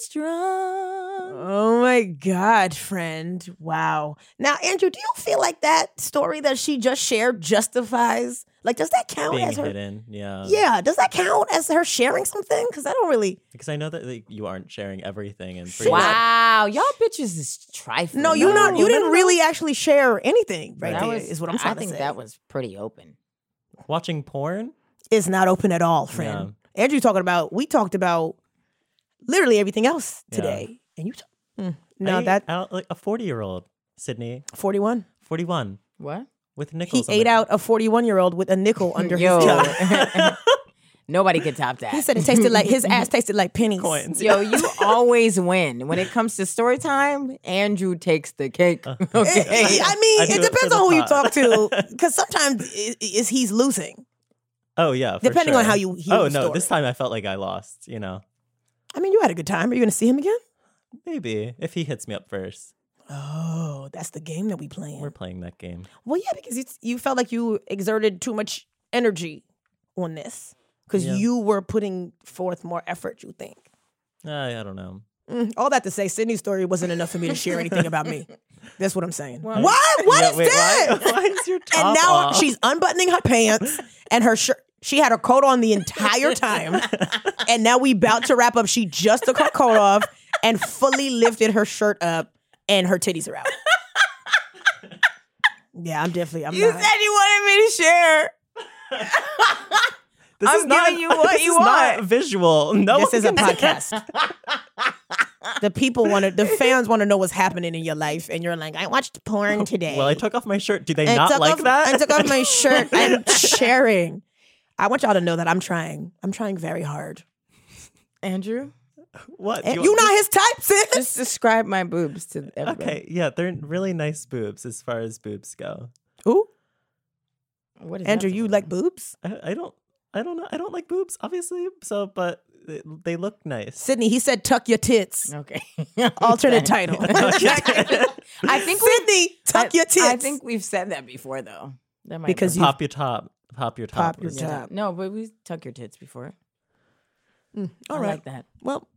strong.
Oh my God, friend. Wow. Now, Andrew, do you feel like that story that she just shared justifies? Like, does that count
Being
as her?
hidden, yeah,
Oh, Yeah, does that count as her sharing something? Because I don't really.
Because I know that like, you aren't sharing everything and
Shut up.
Wow, y'all bitches is trifling.
No, you not. You
No,
didn't really actually share anything, right?
That
There,
was-
is what I'm trying
I think
to say.
that was pretty open.
watching porn.
it's not open at all, friend. Andrew talking about. We talked about literally everything else
Yeah.
today, and you. T- Mm. no,
I
that
ate out like a forty-year-old Sydney,
41.
forty-one,
What?
with
He
nickels. on
ate
the-
out a 41 year old with a [LAUGHS] nickel under
Yo.
his tongue.
Nobody could top that.
He said it tasted like his ass tasted like pennies. [LAUGHS]
coins.
Yo, you always win. When it comes to story time, Andrew takes the cake.
Uh-huh.
[LAUGHS] Okay.
[LAUGHS] I mean,
I
it
do it
depends
for
on
the
who you
pot.
talk to, because sometimes i is he's losing.
[LAUGHS] Oh yeah, for
Depending on
sure.
how you hear
Oh
the
no, this
story.
time I felt like I lost. You know,
I mean, you had a good time. Are you going to see him again?
maybe if he hits me up first,
Oh, that's the game that we playing.
we're playing that game.
well, yeah, because it's, you felt like you exerted too much energy on this. because
Yeah.
you were putting forth more effort. You think
I, I don't know.
Mm, all that to say, Sydney's story wasn't enough for me to share anything about [LAUGHS] me. That's what I'm saying.
Well-
what? What
Yeah,
is
wait,
that? [LAUGHS]
Why, why is your top
and now
off?
she's unbuttoning her pants and her shirt. She had her coat on the entire time, and now we about to wrap up. She just took her coat off and fully lifted her shirt up, and her titties are out. Yeah, I'm definitely. I'm
You
not.
said you wanted me to share.
This
I'm
is not,
giving you what
this
you
is Not
want.
visual. No,
this
one
is a
can see-
podcast. the people want to. The fans want to know what's happening in your life, and you're like, I watched porn today.
Well, I took off my shirt. Do they
I
not
took
like
off-
that?
I took off my shirt. I'm sharing. I want y'all to know that I'm trying. I'm trying very hard.
Andrew,
[LAUGHS] what?
And
Do
you,
you want-
not his type, sis.
just describe my boobs to everybody.
Okay, yeah, they're really nice boobs as far as boobs go.
Ooh,
What is
Andrew,
that
you
for?
like boobs?
I, I don't, I don't know, I don't like boobs, obviously. So, but they, they look nice.
Sydney, he said, "Tuck your tits." [LAUGHS]
Okay.
Alternate title. [LAUGHS]
I think we-
Sydney, tuck
I-
your tits.
I think we've said that before, though. That might
Because
be-
you-
[LAUGHS] Pop your top, pop your top.
Pop your
was-
top.
No, but we tuck your tits before.
All
I
right.
like that.
Well,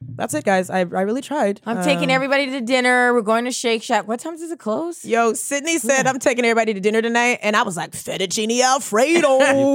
that's it, guys. I I really tried.
I'm taking
Um,
everybody to dinner. We're going to Shake Shack. What time does it close?
[LAUGHS]
Yo, Sydney said I'm taking everybody to dinner tonight, and I was like fettuccine [LAUGHS] alfredo.
You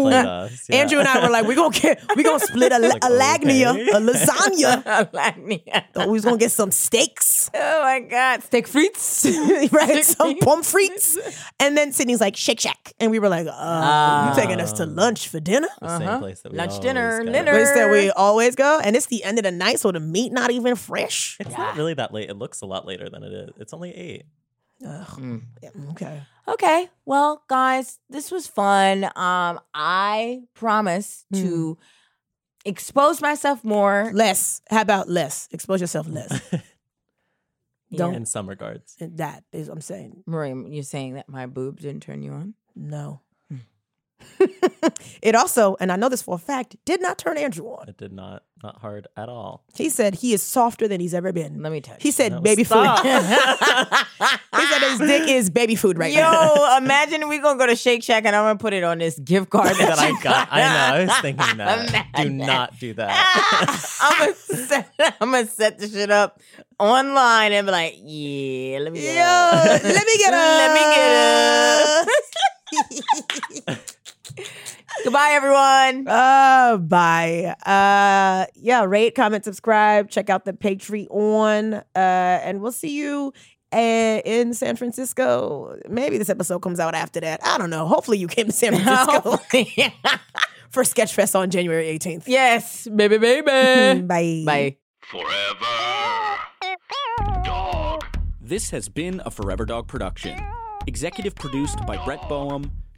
played us. yeah.
Andrew and I were like, we're gonna get, we're gonna split [LAUGHS] a,
Like,
a lagnia,
okay.
a [LAUGHS] lasagna.
oh
[LAUGHS]
Oh, we was gonna get some steaks,
Oh
my god, steak frites.
[LAUGHS]
[LAUGHS]
right? Some pommes frites. And then Sydney's like, Shake Shack. And we were like, uh,
Ah.
you taking us to lunch for dinner?
The same place that we
Lunch,
always
dinner,
go.
dinner.
Place that we always go. And it's the end of the night, so the meat not even fresh.
It's not really that late. It looks a lot later than it is. It's only eight. Mm.
Yeah, okay.
Okay. Well, guys, this was fun. Um, I promise
Hmm.
to expose myself more.
Less. How about less? Expose yourself
[LAUGHS]
less.
Oh.
Don't-
in some regards.
And that is I'm saying.
Maria, you're saying that my boobs didn't turn you on?
No.
Hmm.
[LAUGHS] it also, and I know this for a fact, did not turn Andrew on.
It did not not hard at all.
He said he is softer than he's ever been.
Let me touch.
He said
No,
baby
stop.
food. [LAUGHS] he said his dick is baby food right
Yo,
now.
imagine we gonna go to Shake Shack and I'm gonna put it on this gift card that,
[LAUGHS] that I
you
got. I know. I was
[LAUGHS]
thinking that.
Imagine.
Do not do that.
[LAUGHS] I'm gonna set, [LAUGHS] I'm gonna set the shit up online and be like, yeah, let me get
Yo,
up.
let me get
[LAUGHS] Let me
up.
get [LAUGHS] Goodbye, everyone.
Uh, bye. Uh, yeah, rate, comment, subscribe, check out the Patreon, uh, and we'll see you uh, in San Francisco. Maybe this episode comes out after that. I don't know. Hopefully, you came to
[LAUGHS]
San Francisco [LAUGHS] for Sketchfest on January 18th.
yes, baby, baby.
Bye.
Bye.
Forever. Dog.
This has been a Forever Dog production. Executive produced by Brett Boehm,